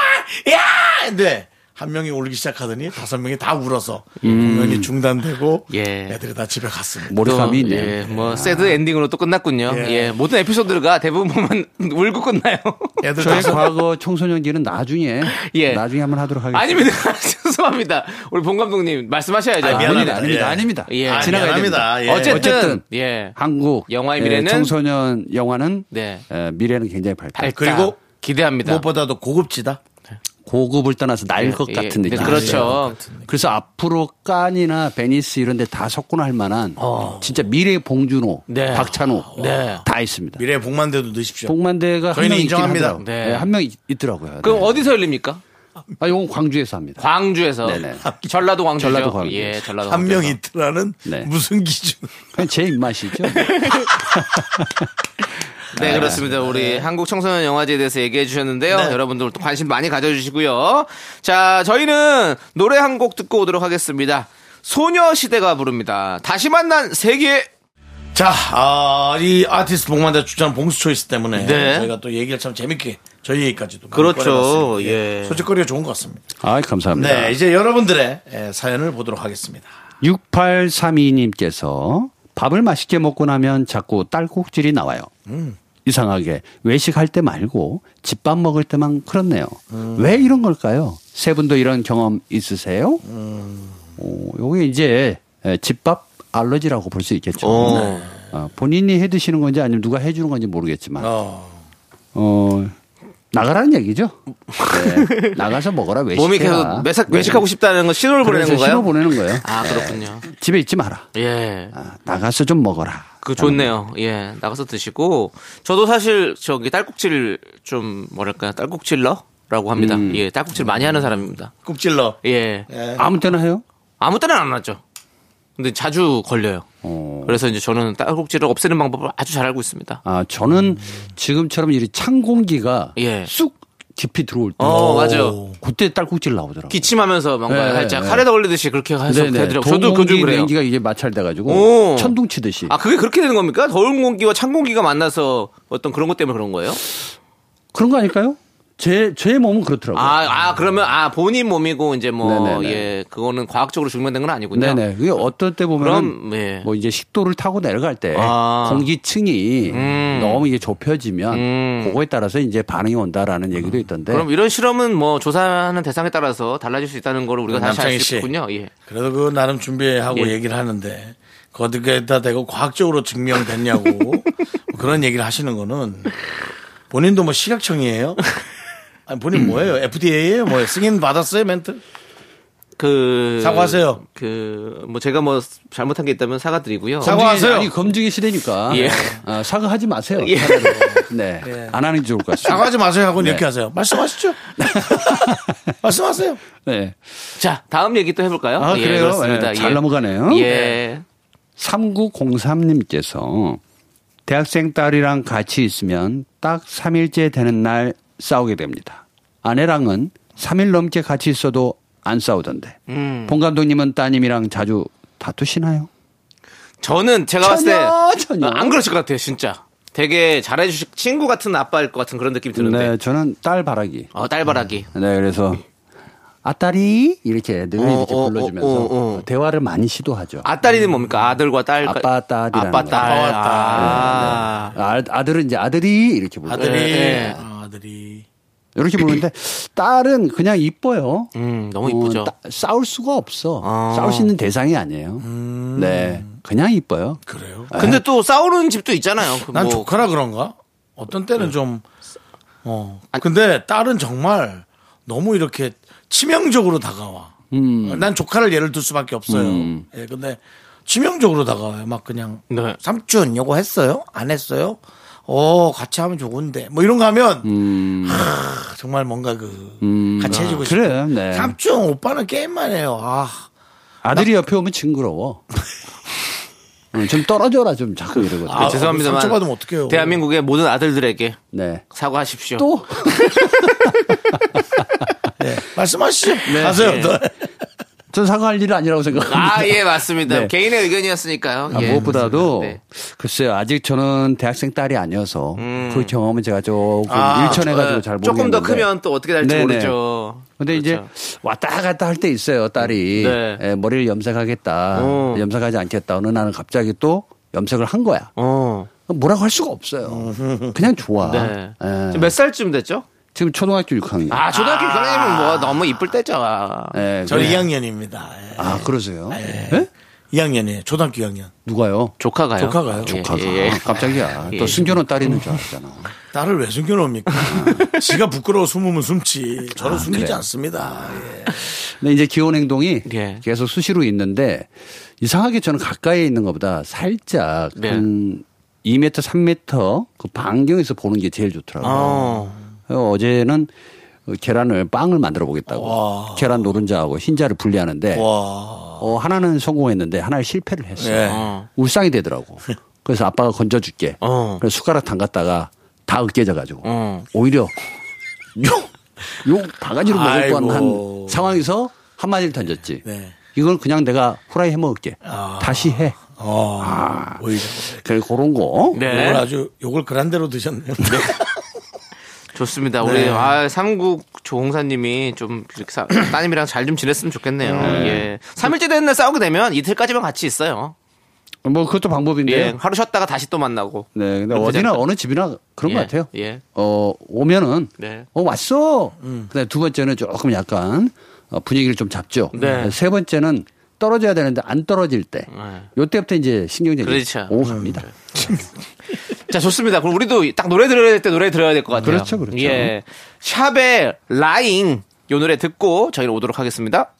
야! 근데 한 명이 울기 시작하더니 다섯 명이 다 울어서 공연이 중단되고
음. 예.
애들이 다 집에 갔습니다.
몰입감이
또,
있네요.
예, 뭐 새드 엔딩으로 또 끝났군요. 예.
예.
모든 에피소드가 대부분 보면 울고 끝나요.
애들
저의
다섯
과거 청소년기는 나중에
예.
나중에 한번 하도록 하겠습니다.
아닙니다. 죄송합니다. 우리 본 감독님 말씀하셔야죠.
아, 미안합니다.
아닙니다. 아닙니다.
예.
예.
아닙니다.
아,
지나가야
미안합니다.
됩니다.
예.
어쨌든,
네, 어쨌든
예.
한국
영화의
예,
미래는
청소년 영화는
네.
예, 미래는 굉장히 밝다.
밝다.
그리고
기대합니다.
무엇보다도 고급지다.
고급을 떠나서 날뭐 것 아,
예,
뭐 같은
네,
느낌.
그렇죠.
그래서 앞으로 깐이나 베니스 이런 데 다 석권할 만한 진짜 미래의 봉준호,
어. 네.
박찬호
네.
다 있습니다.
미래의 복만 돼도 넣으십시오.
복만대가 한
저희는
명 있긴
인정합니다.
하더라고요.
네.
네. 한명 있더라고요.
그럼
네.
어디서 열립니까?
아, 이건 광주에서 합니다.
광주에서
네네.
전라도 광주죠.
전라도 광주.
예, 전라도
한 명
광주에서.
있더라는
네.
무슨 기준?
그냥 제 입맛이죠.
네, 그렇습니다. 우리 한국 청소년 영화제에 대해서 얘기해 주셨는데요.
네.
여러분들 또 관심 많이 가져주시고요. 자, 저희는 노래 한 곡 듣고 오도록 하겠습니다. 소녀시대가 부릅니다. 다시 만난 세계.
자, 아, 이 아티스트 복만대 추천 봉수 초이스 때문에
네.
저희가 또 얘기를 참 재밌게 저희 얘기까지도 많이
그렇죠.
꺼내봤습니다.
예.
소짓거리가 좋은 것 같습니다.
아, 감사합니다.
네, 이제 여러분들의 예, 사연을 보도록 하겠습니다.
6832님께서 밥을 맛있게 먹고 나면 자꾸 딸꾹질이 나와요.
음.
이상하게 외식할 때 말고 집밥 먹을 때만 그렇네요.
음.
왜 이런 걸까요? 세 분도 이런 경험 있으세요?
음.
어, 요게 이제 에, 집밥 알러지라고 볼 수 있겠죠.
어.
어, 본인이 해 드시는 건지 아니면 누가 해 주는 건지 모르겠지만
어,
어, 나가라는 얘기죠. 네. 나가서 먹어라 외식.
몸이 계속 매삭, 외식하고 싶다는 건 신호를 보내는 건가요?
네. 신호 보내는 거예요.
아, 그렇군요.
집에 있지 마라.
예.
아, 나가서 좀 먹어라.
그 좋네요. 예. 나가서 드시고 저도 사실 저기 딸꾹질 좀 뭐랄까요? 딸꾹질러라고 합니다.
음.
예. 딸꾹질 많이 하는 사람입니다.
꾹질러.
예.
예.
아무 때나 해요?
아무 때나 안 하죠. 근데 자주 걸려요.
어.
그래서 이제 저는 딸꾹질을 없애는 방법을 아주 잘 알고 있습니다.
아, 저는 지금처럼 이 찬 공기가
예.
쑥 깊이 들어올 때.
어, 맞아요.
그때 딸꾹질 나오더라고요.
기침하면서 뭔가
네,
살짝
네.
카레다 걸리듯이 그렇게 해서
네네.
해드려.
더운
저도
공기
그중 그래요.
냉기가 이게 마찰돼가지고
오.
천둥 치듯이.
아 그게 그렇게 되는 겁니까? 더운 공기와 찬 공기가 만나서 어떤 그런 것 때문에 그런 거예요?
그런 거 아닐까요? 제, 제 몸은 그렇더라고요.
아, 아 그러면 아 본인 몸이고 이제 뭐
네네네.
예 그거는 과학적으로 증명된 건 아니군요.
네네. 그게 어떨 때 보면
그럼, 예.
뭐 이제 식도를 타고 내려갈 때
아.
공기층이
음.
너무 이게 좁혀지면
음.
그거에 따라서 이제 반응이 온다라는 얘기도 있던데.
그럼 이런 실험은 뭐 조사하는 대상에 따라서 달라질 수 있다는 걸 우리가 다시
남창희
알
씨.
수 있군요. 예.
그래도 그 나름 준비하고
예.
얘기를 하는데 거기에다 대고 과학적으로 증명됐냐고 뭐 그런 얘기를 하시는 거는 본인도 뭐 시각청이에요? 아니 본인 뭐예요? FDA예요? 뭐예요? 승인 받았어요 멘트?
그
사과하세요.
그 뭐 제가 뭐 잘못한 게 있다면 사과드리고요.
사과- 사과하세요.
아니 검증이 시대니까
예.
아, 사과하지 마세요. 차라리. 네, 안 하는 게 좋을 것 같습니다.
사과하지 마세요
네.
하고 는 이렇게 하세요. 말씀하시죠. 말씀하세요.
네,
자 다음 얘기 또 해볼까요?
아,
예,
그래요?
그렇습니다.
예, 잘 넘어가네요.
예.
3903님께서 대학생 딸이랑 같이 있으면 딱 3일째 되는 날 싸우게 됩니다. 아내랑은 3일 넘게 같이 있어도 안 싸우던데.
음.
본 감독님은 따님이랑 자주 다투시나요?
저는 제가 봤을
전혀,
때
전혀.
안 그러실 것 같아요, 진짜. 되게 잘해주실 친구 같은 아빠일 것 같은 그런 느낌이 드는데.
네, 저는 딸 바라기.
어, 딸바라기.
네, 그래서 아딸이 이렇게 늘
어,
이렇게
어,
불러주면서
어, 어, 어.
대화를 많이 시도하죠.
아딸이는 뭡니까? 아들과 딸.
아빠, 딸이라는
아빠,
거죠.
딸. 아.
아, 아들은 이제 아들이 이렇게 부르죠.
아들이
예, 예.
아들이
이렇게 부르는데 딸은 그냥 이뻐요.
음, 너무 이쁘죠.
어, 따- 싸울 수가 없어.
아. 음.
싸울 수 있는 대상이 아니에요. 네. 그냥 이뻐요.
그래요?
근데 또 싸우는 집도 있잖아요. 그
난
뭐,
조카라 그런가? 어떤
네.
때는 좀 어. 근데 딸은 정말 너무 이렇게 치명적으로 다가와.
음.
어, 난 조카를 예를 들 수밖에 없어요. 예, 근데 치명적으로 다가와요. 막 그냥
네.
삼촌 요거 했어요? 안 했어요? 어 같이 하면 좋은데 뭐 이런 거 하면 하, 정말 뭔가 그 같이 해주고 싶어.
음. 그래요, 네.
삼촌 오빠는 게임만 해요. 아
아들이 옆에 오면 징그러워. 응, 좀 떨어져라 좀 자꾸 이러거든.
네, 죄송합니다만.
상처받으면 어떡해요.
대한민국의 모든 아들들에게
네.
사과하십시오.
또
예, 말씀하시죠.
네.
가세요.
예.
너.
전 사과할 일은 아니라고 생각합니다.
아, 예, 맞습니다.
네.
개인의 의견이었으니까요.
아,
예,
무엇보다도
맞습니다. 네.
글쎄요 아직 저는 대학생 딸이 아니어서 그 경험은 제가 조금
음. 아,
일천해가지고
어,
잘 모르겠는데
조금 더 크면 또 어떻게 될지
네네.
모르죠.
근데
그렇죠.
이제 왔다 갔다 할 때 있어요 딸이
네.
예, 머리를 염색하겠다
어.
염색하지 않겠다 어느 날은 갑자기 또 염색을 한 거야
어.
뭐라고 할 수가 없어요 그냥 좋아
네.
예.
지금 몇 살쯤 됐죠?
지금 초등학교 6학년
아, 초등학교 교장님은 뭐 너무 이쁠 때죠.
예,
저는
그래.
2학년입니다.
아 그러세요 예?
2학년이에요. 초등학교 2학년.
누가요
네. 조카가요.
조카가요?
예,
조카가
예, 예.
깜짝이야
예.
또 승조는 딸 있는 줄 알았잖아
딸을 왜 숨겨놓습니까? 지가 부끄러워 숨으면 숨지. 저는 숨기지 않습니다. 아, 예.
근데 이제 기혼 행동이
예.
계속 수시로 있는데 이상하게 저는 가까이에 있는 것보다 살짝
네.
한 2m, 3m 그 반경에서 보는 게 제일 좋더라고요.
어.
그래서 어제는 계란을 빵을 만들어 보겠다고 계란 노른자하고 흰자를 분리하는데
와.
어, 하나는 성공했는데 하나를 실패를 했어요.
예.
어.
울상이 되더라고. 그래서 아빠가 건져줄게.
어.
그래서 숟가락 담갔다가 다 으깨져가지고
어.
오히려 욕, 욕 바가지로 먹을
아이고.
뻔한 상황에서 한마디를 던졌지.
네.
이건 그냥 내가 후라이 해 먹을게.
아.
다시 해.
어. 오히려.
그래, 그런 거.
네.
이걸 아주 욕을 그란대로 드셨네요.
좋습니다. 우리 아, 삼국 조홍사님이 좀 이렇게 사- 따님이랑 잘 좀 지냈으면 좋겠네요. 예. 3일째 되는 날 싸우게 되면 이틀까지만 같이 있어요.
뭐 그것도 방법인데요.
네. 예. 하루 쉬었다가 다시 또 만나고.
네. 근데
그렇게
어디나
잘-
어느 집이나 그런
예,
것 같아요.
예.
어, 오면은
네. 음.
어, 왔어. 근데 두 번째는 조금 약간 어, 분위기를 좀 잡죠.
네.
세 번째는 떨어져야 되는데 안 떨어질 때.
네.
요때부터 이제 신경전이
그렇죠.
오갑니다.
자, 좋습니다. 그럼 우리도 딱 노래 들어야 될 때 노래 들어야 될 것 같아요.
그렇죠, 그렇죠.
예. 샵의 라잉 요 노래 듣고 저희는 오도록 하겠습니다.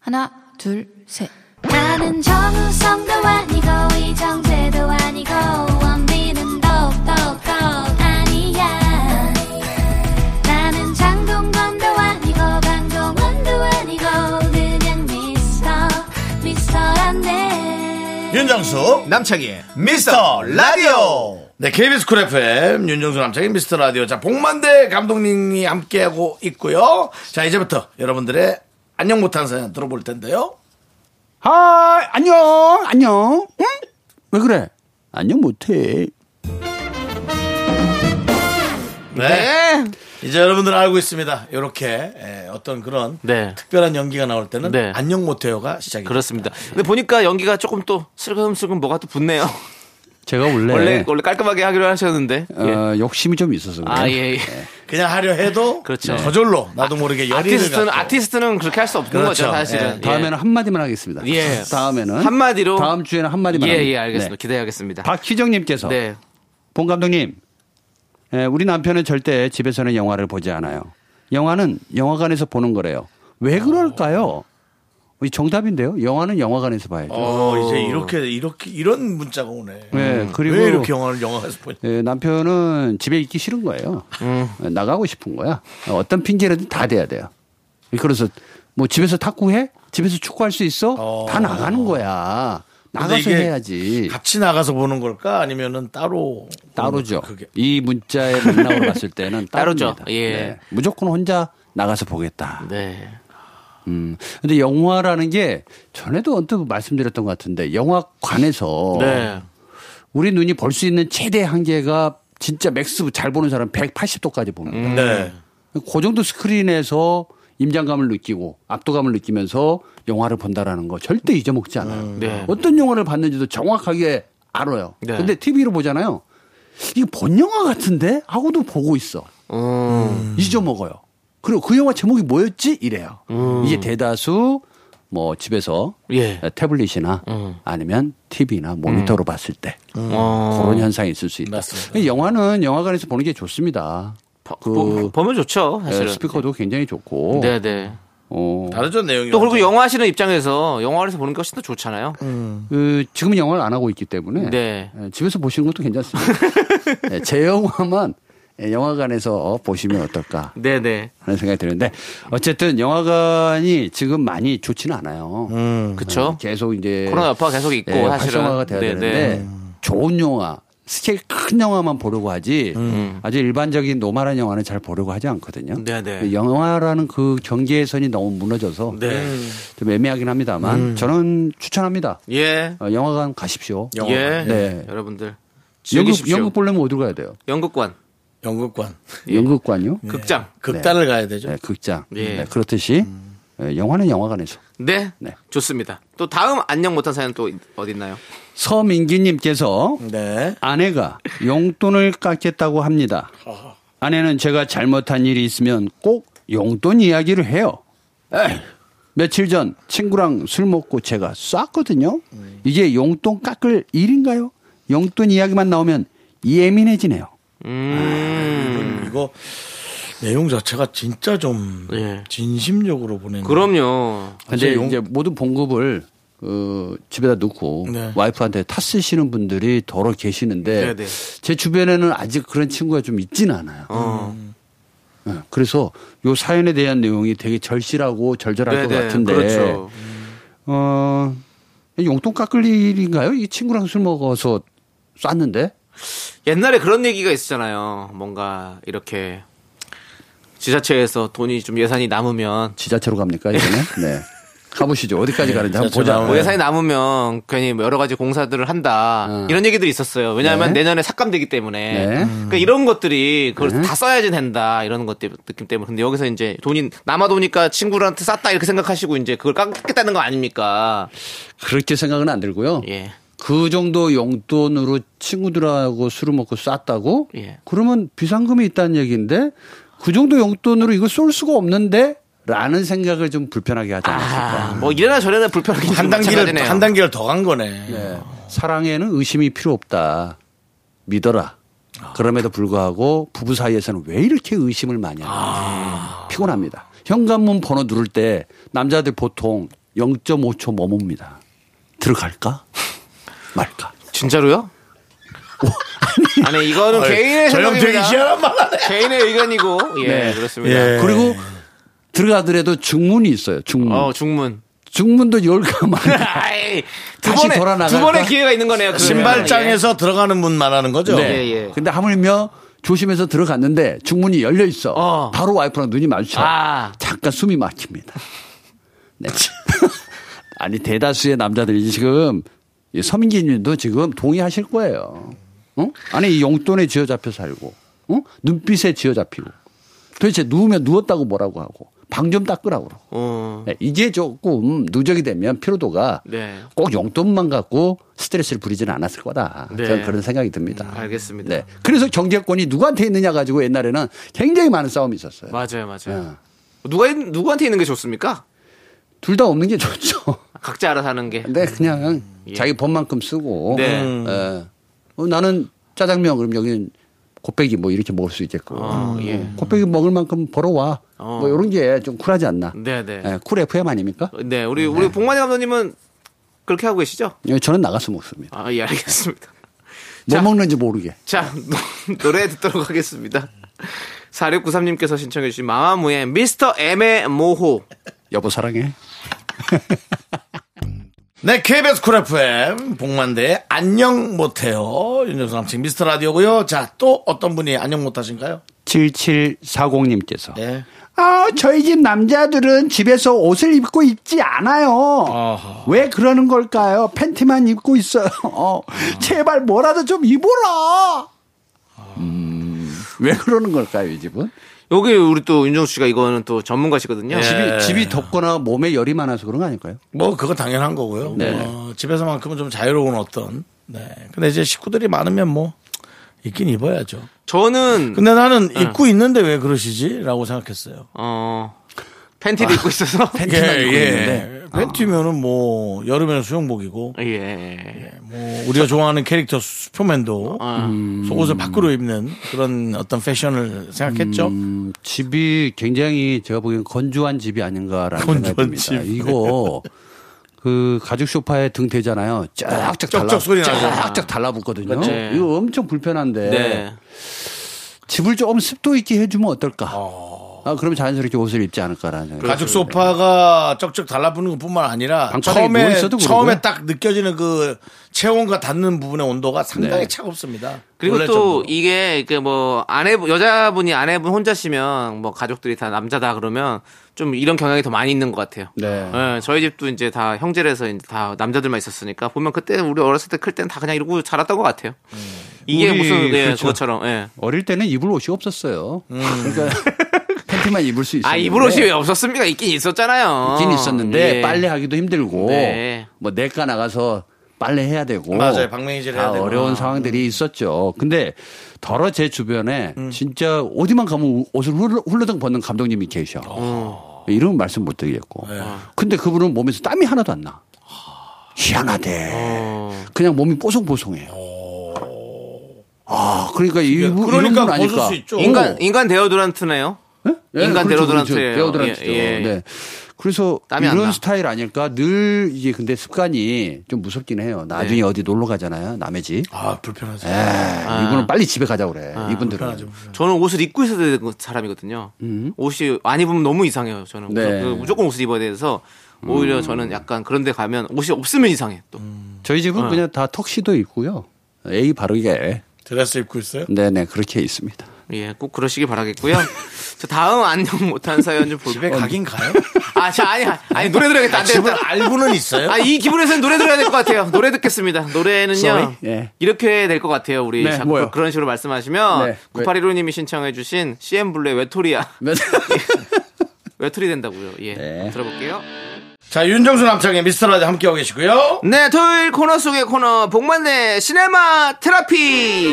하나, 둘, 셋.
나는 정우성도 아니고 이정재도 아니고 원빈은 더욱더 아니야 나는 장동건도 아니고 방종원도 아니고 그냥 미스터 미스터란데
윤정수
남창희의
미스터 라디오. 네, KBS 쿨 FM 윤정수 남창희 미스터 라디오. 자, 복만대 감독님이 함께하고 있고요. 자, 이제부터 여러분들의 안녕 못한 사연 들어볼 텐데요.
네.
아, 안녕, 안녕. 응? 왜 그래? 안녕 못해.
네.
네.
이제 여러분들 알고 있습니다. 이렇게 예, 어떤 그런
네.
특별한 연기가 나올 때는
네.
안녕 못해요가 시작이
그렇습니다. 근데 보니까 연기가 조금 또 슬금슬금 뭐가 또 붙네요.
제가 원래,
원래 원래 깔끔하게 하기로 하셨는데. 예.
어, 욕심이 좀 있어서 그래요.
아, 예. 예.
그냥 하려 해도 네.
그렇죠.
저절로 나도 모르게 열이
아티스트는
갖고.
아티스트는 그렇게 할 수 없는
그렇죠.
거죠, 사실은.
예.
다음에는 한마디만 하겠습니다.
예.
다음에는
한마디로?
다음 주에는 한마디만.
예,
하겠습니다.
예, 알겠습니다.
네.
기대하겠습니다.
박희정님께서
네.
본 감독님, 에, 우리 남편은 절대 집에서는 영화를 보지 않아요. 영화는 영화관에서 보는 거래요. 왜 그럴까요? 이 정답인데요. 영화는 영화관에서 봐야죠.
어, 이제 이렇게 이렇게 이런 문자가 오네. 음.
네, 그리고
왜 이렇게 영화를 영화에서 보냐.
예, 남편은 집에 있기 싫은 거예요. 예, 나가고 싶은 거야. 어떤 핑계라도 다 돼야 돼요. 그래서 뭐 집에서 탁구해? 집에서 축구할 수 있어?
어.
다 나가는 거야.
근데
나가서
이게
해야지.
같이 나가서 보는 걸까? 아니면은 따로 보는
따로죠.
걸까? 그게
이 문자에 만나고 봤을 때는
따로죠.
따로입니다. 네.
예.
무조건 혼자 나가서 보겠다.
네.
음. 근데 영화라는 게 전에도 언뜻 말씀드렸던 것 같은데 영화관에서
네.
우리 눈이 볼 수 있는 최대 한계가 진짜 맥스 잘 보는 사람 180도까지 봅니다.
네.
그 정도 스크린에서 임장감을 느끼고 압도감을 느끼면서 영화를 본다라는 거 절대 잊어먹지 않아요.
네.
어떤 영화를 봤는지도 정확하게 알아요.
네.
근데 TV로 보잖아요. 이게 본 영화 같은데 하고도 보고 있어.
음.
잊어먹어요. 그리고 그 영화 제목이 뭐였지? 이래요. 이게 대다수 뭐 집에서
예.
태블릿이나 아니면 TV나 모니터로 봤을 때
어.
그런 현상이 있을 수 있다.
맞습니다.
영화는 영화관에서 보는 게 좋습니다.
버-
그- 네,
보- 보면 좋죠, 사실은.
스피커도 굉장히 좋고
네, 네.
어,
다르죠 내용이.
또 그리고
완전히.
영화하시는 입장에서 영화관에서 보는 게 훨씬 더 좋잖아요.
그 지금은 영화를 안 하고 있기 때문에
네.
예, 집에서 보시는 것도 괜찮습니다. 예, 제 영화만 예, 영화관에서 보시면 어떨까
네, 네.
하는 생각이 드는데 어쨌든 영화관이 지금 많이 좋지는 않아요.
그쵸.
음, 계속 이제
코로나 여파가 계속 있고,
예,
사실은.
활성화가 돼야
네,
되는데
네.
좋은 영화 스케일 큰 영화만 보려고 하지 아주 일반적인 노멀한 영화는 잘 보려고 하지 않거든요.
음. 네, 네.
그 영화라는 그 경계선이 너무 무너져서
네.
좀 애매하긴 합니다만 저는 추천합니다.
예.
어, 영화관 가십시오.
예.
네.
여러분들.
연극,
즐기십시오.
연극 보려면 어디로 가야 돼요?
연극관.
연극관 네.
연극관요?
극장.
극단을 가야 되죠.
네, 극장.
예.
네, 그렇듯이 어, 영화는 영화관에서.
네.
네.
좋습니다. 또 다음 안녕 못한 사연 또 어디 있나요?
서민기님께서
네.
아내가 용돈을 깎겠다고 합니다. 아내는 제가 잘못한 일이 있으면 꼭 용돈 이야기를 해요. 에이, 며칠 전 친구랑 술 먹고 제가 쐈거든요. 이게 용돈 깎을 일인가요? 용돈 이야기만 나오면 예민해지네요.
이거 내용 자체가 진짜 좀
예.
진심적으로 보내는.
그럼요.
근데
사실 용-
이제 모든 봉급을 어, 집에다 놓고
네.
와이프한테 타 쓰시는 분들이 더러 계시는데
네네.
제 주변에는 아직 그런 친구가 좀 있진 않아요.
어.
예, 그래서 요 사연에 대한 내용이 되게 절실하고 절절할 것
네네.
같은데
그렇죠.
어, 용돈 깎을 일인가요? 이 친구랑 술 먹어서 쐈는데
옛날에 그런 얘기가 있었잖아요. 뭔가 이렇게 지자체에서 돈이 좀 예산이 남으면
지자체로 갑니까 이번에? 네. 가보시죠. 어디까지 가는지 한번
지자체로
보자.
나오네.
뭐 예산이 남으면 괜히 뭐 여러 가지 공사들을 한다
어.
이런 얘기들이 있었어요. 왜냐하면
네.
내년에 삭감되기 때문에
네. 음.
그러니까 이런 것들이 그걸 다 써야지 된다 이런 것 때- 느낌 때문에 근데 여기서 이제 돈이 남아 도니까 친구한테 쌌다 이렇게 생각하시고 이제 그걸 깎겠다는 거 아닙니까?
네. 그렇게 생각은 안 들고요.
예.
그 정도 용돈으로 친구들하고 술을 먹고 쐈다고?
예.
그러면 비상금이 있다는 얘기인데 그 정도 용돈으로 이거 쏠 수가 없는데 라는 생각을 좀 불편하게 하지 않았을까.
아, 뭐 이래나 저래나 불편하게 예.
예.
한 단계를 한 단계를 더 간 거네.
사랑에는 의심이 필요 없다. 믿어라. 그럼에도 불구하고 부부 사이에서는 왜 이렇게 의심을 많이 하는지
아.
피곤합니다. 현관문 번호 누를 때 남자들 보통 0.5초 머뭅니다. 들어갈까? 말까?
진짜로요? 아니 이거는 개인의
네. 저형되게
생각입니다.
희한한 말 하네.
개인의 의견이고 예
네.
그렇습니다.
예.
그리고 들어가더라도 중문이 있어요. 중문.
어 중문.
중문도 열가 많다.
아이, 두
다시
번의
돌아나갈까?
두 번의 기회가 있는 거네요. 그러면.
신발장에서 들어가는 문 말하는 거죠?
네. 예, 예.
근데 하물며 조심해서 들어갔는데 중문이 열려 있어.
어.
바로 와이프랑 눈이 마주쳐.
아.
잠깐 숨이 막힙니다. 네. 아니 대다수의 남자들이 지금 이 서민기님도 지금 동의하실 거예요. 어? 아니 이 용돈에 쥐어잡혀 살고, 어? 눈빛에 쥐어잡히고, 도대체 누우면 누웠다고 뭐라고 하고, 방 좀 닦으라고 그러고.
어.
네, 이게 조금 누적이 되면 피로도가
네.
꼭 용돈만 갖고 스트레스를 부리지는 않았을 거다.
네.
저는 그런 생각이 듭니다.
음, 알겠습니다.
네. 그래서 경제권이 누구한테 있느냐 가지고 옛날에는 굉장히 많은 싸움이 있었어요. 네.
맞아요, 맞아요. 누가 있- 누구한테 있는 게 좋습니까?
둘 다 없는 게 좋죠.
각자 알아서 하는 게.
근데 그냥 자기 법만큼 쓰고
음, 예. 네.
예. 어, 나는 짜장면 그럼 여기는 곱빼기 뭐 이렇게 먹을 수 있겠고
어, 예.
어, 곱빼기 먹을 만큼 벌어와
어.
뭐 이런 게 좀 쿨하지 않나
네, 네.
예, 쿨 FM 아닙니까?
네, 우리 우리 복만이 감독님은 그렇게 하고 계시죠?
예, 저는 나가서 먹습니다.
아, 예, 알겠습니다.
뭐
자.
먹는지 모르게
자, 노- 노래 듣도록 하겠습니다. 4693님께서 신청해주신 마마무의 미스터 M의 모호.
여보 사랑해
네, KBS 쿨 FM, 복만대, 안녕 못해요. 윤정수 남친 미스터 라디오고요 자, 또 어떤 분이 안녕 못하신가요?
7740님께서
네.
아, 저희 집 남자들은 집에서 옷을 입고 입지 않아요. 왜 그러는 걸까요? 팬티만 입고 있어요. 어, 제발 뭐라도 좀 입어라. 음, 왜 그러는 걸까요, 이 집은?
여기 우리 또 윤정수 씨가 이거는 또 전문가시거든요.
네.
집이, 집이 덥거나 몸에 열이 많아서 그런 거 아닐까요?
뭐, 그거 당연한 거고요.
네.
어, 집에서만큼은 좀 자유로운 어떤. 네. 근데 이제 식구들이 많으면 뭐, 입긴 입어야죠.
저는
음. 근데 나는
음.
입고 있는데 왜 그러시지? 라고 생각했어요. 예,
어 팬티를 입고 있어서
아,
예,
팬티만 입고 있는데.
팬티면은 뭐, 여름에는 수영복이고,
예,
네.
예.
뭐 우리가 좋아하는 캐릭터 슈퍼맨도
아.
속옷을 밖으로 입는 그런 어떤 패션을 생각했죠.
음, 집이 굉장히 제가 보기엔 건조한 집이 아닌가라는
건조한
생각이 듭니다.
집. 네.
이거 그 가죽 소파에 등 대잖아요. 쫙쫙 달라
소리 네. 나죠.
쫙쫙 달라붙거든요.
맞지.
이거 엄청 불편한데
네.
집을 조금 습도 있게 해주면 어떨까? 아, 그럼 자연스럽게 옷을 입지 않을까라는 생각.
그렇죠.
가죽 소파가 쩍쩍 달라붙는 것뿐만 아니라
그렇죠. 방바닥에 누워
처음에
뭐 있어도 그러고.
처음에 딱 느껴지는 그 체온과 닿는 부분의 온도가
네.
상당히 차갑습니다.
그리고
놀랄
또
정도로.
이게 그 뭐 아내 여자분이 아내분 혼자시면 뭐 가족들이 다 남자다 그러면 좀 이런 경향이 더 많이 있는 것 같아요.
네.
예, 저희 집도 이제 다 형제라서 이제 다 남자들만 있었으니까 보면 그때 우리 어렸을 때 클 때는 다 그냥 이러고 자랐던 것 같아요. 이게
음. 우리
무슨 예,
그렇죠.
그것처럼 예.
어릴 때는 입을 옷이 없었어요. 그러니까 팬티만 입을 수
음.
있어요.
아 입을 옷이 왜 없었습니까? 있긴 있었잖아요.
있긴 있었는데
예.
빨래하기도 힘들고
네.
뭐 내과 나가서 빨래 해야 되고
맞아요. 방맹이질 해야
다
되고. 음.
어려운 상황들이 있었죠. 근데 더러 제 주변에
음.
진짜 어디만 가면 옷을 훌러, 훌러덩 벗는 감독님이 계셔.
어.
이런 말씀 못 드리겠고.
네.
근데 그분은 몸에서 땀이 하나도 안 나.
어.
희한하대. 그냥 몸이 뽀송뽀송해. 아, 그러니까 이분
어. 그러니까
이분
벗을
아니까.
수 있죠.
인간 인간 데오드란트네요.
예?
인간
그렇죠,
데오드란트예요.
그렇죠. 데오드란트죠.
예, 예.
네. 그래서
땀이 안 나.
이런 스타일 아닐까 늘 이게 근데 습관이 좀 무섭긴 해요. 나중에
네.
어디 놀러 가잖아요. 남의 집.
아 불편하죠.
에,
아.
이분은 빨리 집에 가자 그래. 이분들은.
네. 저는 옷을 입고 있어야 되는 사람이거든요. 옷이 안 입으면 너무 이상해요. 저는
음. 네. 음.
그 무조건 옷을 입어야 돼서 오히려 저는 약간 그런데 가면 옷이 없으면 이상해. 또
저희
아.
집은 그냥 다 턱시도 있고요. A 바르게.
드레스 입고 있어요?
네네 그렇게 있습니다.
예, 꼭 그러시길 바라겠고요. 저 다음 안녕 못한 사연 좀
네.
집에
볼게요. 어.
가긴 가요?
아, 자, 아니, 아니 노래 들어야겠다. 안
집을
되겠다.
알고는 있어요.
아, 이 기분에서는 노래 들어야 될 것 같아요. 노래 듣겠습니다. 노래는요.
Sorry? 예.
이렇게 될 것 같아요. 우리
네,
자꾸
뭐요?
그런 식으로 말씀하시면
네.
9815님이 신청해주신 CM 블루의 외톨이야. 외톨이 된다고요. 예,
네.
들어볼게요.
자 윤정수 남창의 미스터 라디오 함께하고 계시고요.
네, 토요일 코너 속의 코너 복만대 시네마 테라피.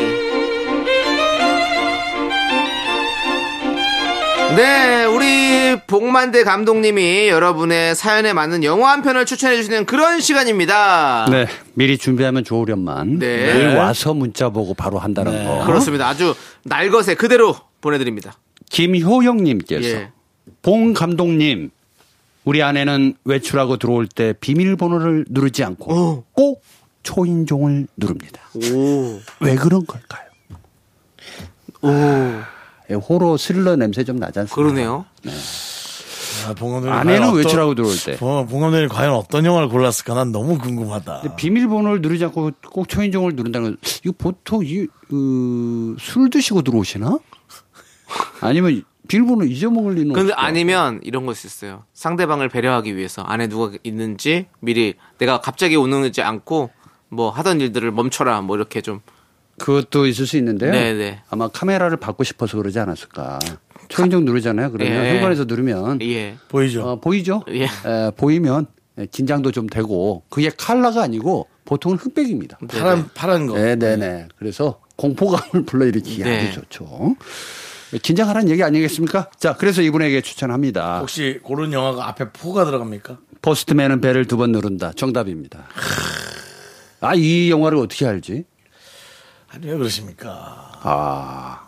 네, 우리 복만대 감독님이 여러분의 사연에 맞는 영화 한 편을 추천해 주시는 그런 시간입니다.
네, 미리 준비하면 좋으련만
네.
늘 와서 문자 보고 바로 한다는 거.
그렇습니다. 아주 날것에 그대로 보내드립니다.
김효영님께서
예.
봉 감독님 우리 아내는 외출하고 들어올 때 비밀번호를 누르지 않고
어.
꼭 초인종을 누릅니다.
오,
왜 그런 걸까요? 오. 호로 스릴러 냄새 좀 나지 않습니까?
그러네요.
아, 봉감독님
아내는 외출하고 들어올 때.
봉감독님 과연 어떤 영화를 골랐을까? 난 너무 궁금하다.
근데 비밀번호를 누르지 않고 꼭 초인종을 누른다는 건 이거 보통 이, 그, 술 드시고 들어오시나? 아니면 비밀번호 잊어먹을 리는
근데
없죠.
아니면 이런 것이 있어요. 상대방을 배려하기 위해서 안에 누가 있는지 미리 내가 갑자기 오는지 않고 뭐 하던 일들을 멈춰라 뭐 이렇게 좀
그것도 있을 수 있는데요.
네네.
아마 카메라를 받고 싶어서 그러지 않았을까. 초인종 누르잖아요. 그러면
예.
현관에서 누르면
예.
보이죠?
어, 보이죠?
예.
에, 보이면 긴장도 좀 되고 그게 칼라가 아니고 보통은 흑백입니다.
파란 파란 거.
네, 네, 네. 그래서 공포감을 불러일으키기
네.
아주 좋죠. 긴장하라는 얘기 아니겠습니까? 자, 그래서 이분에게 추천합니다.
혹시 그런 영화가 앞에 포가 들어갑니까?
포스트맨은 배를 두 번 누른다. 정답입니다. 아, 이 영화를 어떻게 알지?
아니 왜 그러십니까?
아,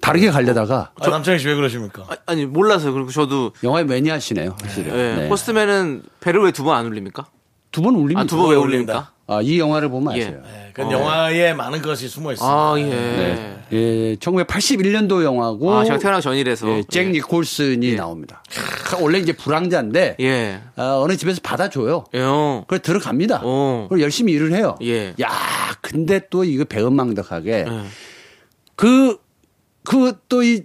다르게 가려다가
아, 남창희 씨 왜 그러십니까?
아, 아니 몰라서 그리고 저도
영화의 매니아시네요, 확실히.
예,
네. 음,
포스트맨은 배를 왜 두 번 안 울립니까?
두 번 울립니다.
아 두 번 왜
울린다.
울립니까?
아, 이 영화를 보면
예.
아세요.
네, 그 영화에 많은 것이 숨어 있습니다.
아 예.
네. 예, 1981년도 영화고
아 제가 태어나기 전이라서
예, 잭 니콜슨이 나옵니다. 그러니까 원래 이제 불황자인데
예.
어, 느 집에서 받아줘요.
예. 어.
그래 들어갑니다.
어.
그리고 열심히 일을 해요.
예.
야, 근데 또 이거 배은망덕하게 그, 그 또 이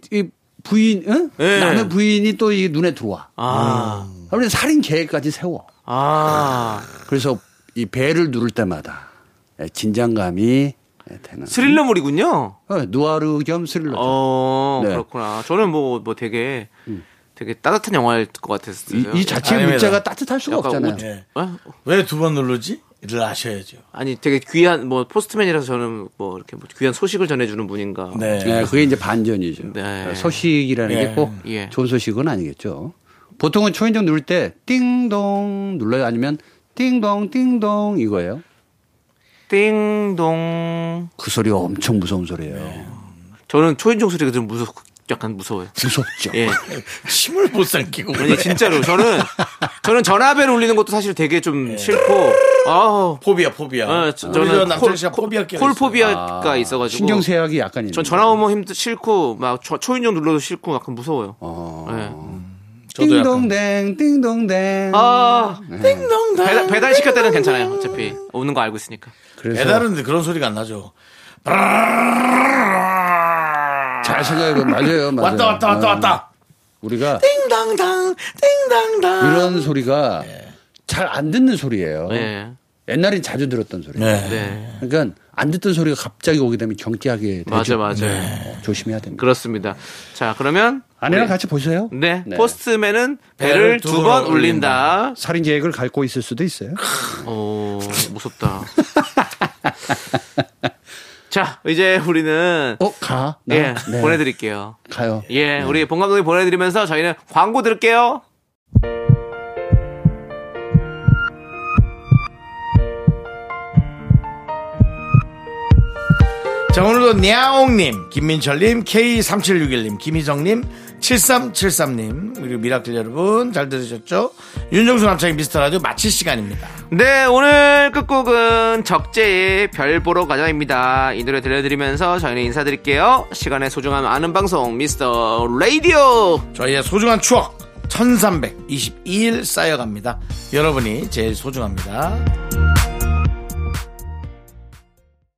부인, 응?
예.
남의 부인이 또 이 눈에 들어와.
아.
그래서 살인 계획까지 세워.
아.
그래서 이 배를 누를 때마다 예, 긴장감이 예, 되는.
스릴러물이군요.
어, 누아르 겸 스릴러.
어,
그렇죠. 네.
그렇구나. 저는 뭐, 뭐 되게, 되게 따뜻한 영화일 것
이,
같았어요.
이 자체
아닙니다.
문제가 따뜻할 수가
약간
없잖아요.
옷-
예.
어?
왜 두 번 누르지? 이를 아셔야죠.
아니, 되게 귀한, 뭐, 포스트맨이라서 저는 뭐, 이렇게 뭐 귀한 소식을 전해주는 분인가.
네.
네, 그게 이제 반전이죠. 그러니까
네.
소식이라는
네.
게 꼭
예.
좋은 소식은 아니겠죠. 보통은 초인종 누를 때 띵동 눌러요. 아니면 띵동 띵동 이거예요.
띵동.
그 소리가 엄청 무서운 소리예요.
네.
저는 초인종 소리가 좀 무서, 약간 무서워요.
무섭죠.
예.
침을 못 삼키고.
아니, 진짜로. 저는, 저는 전화벨 울리는 것도 사실 되게 좀
네.
싫고, 아우.
포비아 포비아.
어, 저-
저는
저는
남창희 씨가 포비아 끼
콜포비아가 있어가지고.
신경 세약이 약간 있는.
전 전화 오면 힘도 싫고, 막 초, 초인종 눌러도 싫고, 약간 무서워요.
어.
예.
저도 약간.
띵동댕 띵동댕.
아, 배달, 배달 시킬 때는 괜찮아요. 어차피 오는 거 알고 있으니까.
그래서
배달은 그런 소리가 안 나죠.
잘 생각해 보면 맞아요. 맞아요.
왔다 왔다 왔다
어,
왔다.
우리가
띵당당 띵당당.
이런 소리가
예.
잘 안 듣는 소리예요.
네.
옛날엔 자주 들었던 소리.
네.
네.
그러니까 안 듣던 소리가 갑자기 오게 되면 경계하게 되죠.
맞아, 맞아.
어, 조심해야 됩니다.
그렇습니다. 자, 그러면.
아내랑
우리-
같이 보세요.
네.
네.
포스트맨은 배를 두 번 울린다.
살인 계획을 갖고 있을 수도 있어요.
오, 무섭다. 자, 이제 우리는.
어, 가. 나?
예,
네.
보내드릴게요.
가요.
예, 우리 본 감독님 보내드리면서 저희는 광고 들을게요.
자 오늘도 냐옹님, 김민철님, K3761님, 김희정님, 7373님 그리고 미라클 여러분 잘 들으셨죠? 윤정수 남창희 미스터 라디오 마칠 시간입니다.
네, 오늘 끝곡은 적재의 별 보러 가자입니다. 이 노래 들려드리면서 저희는 인사드릴게요. 시간의 소중함 아는 방송, 미스터 라디오!
저희의 소중한 추억 1322일 쌓여갑니다. 여러분이 제일 소중합니다.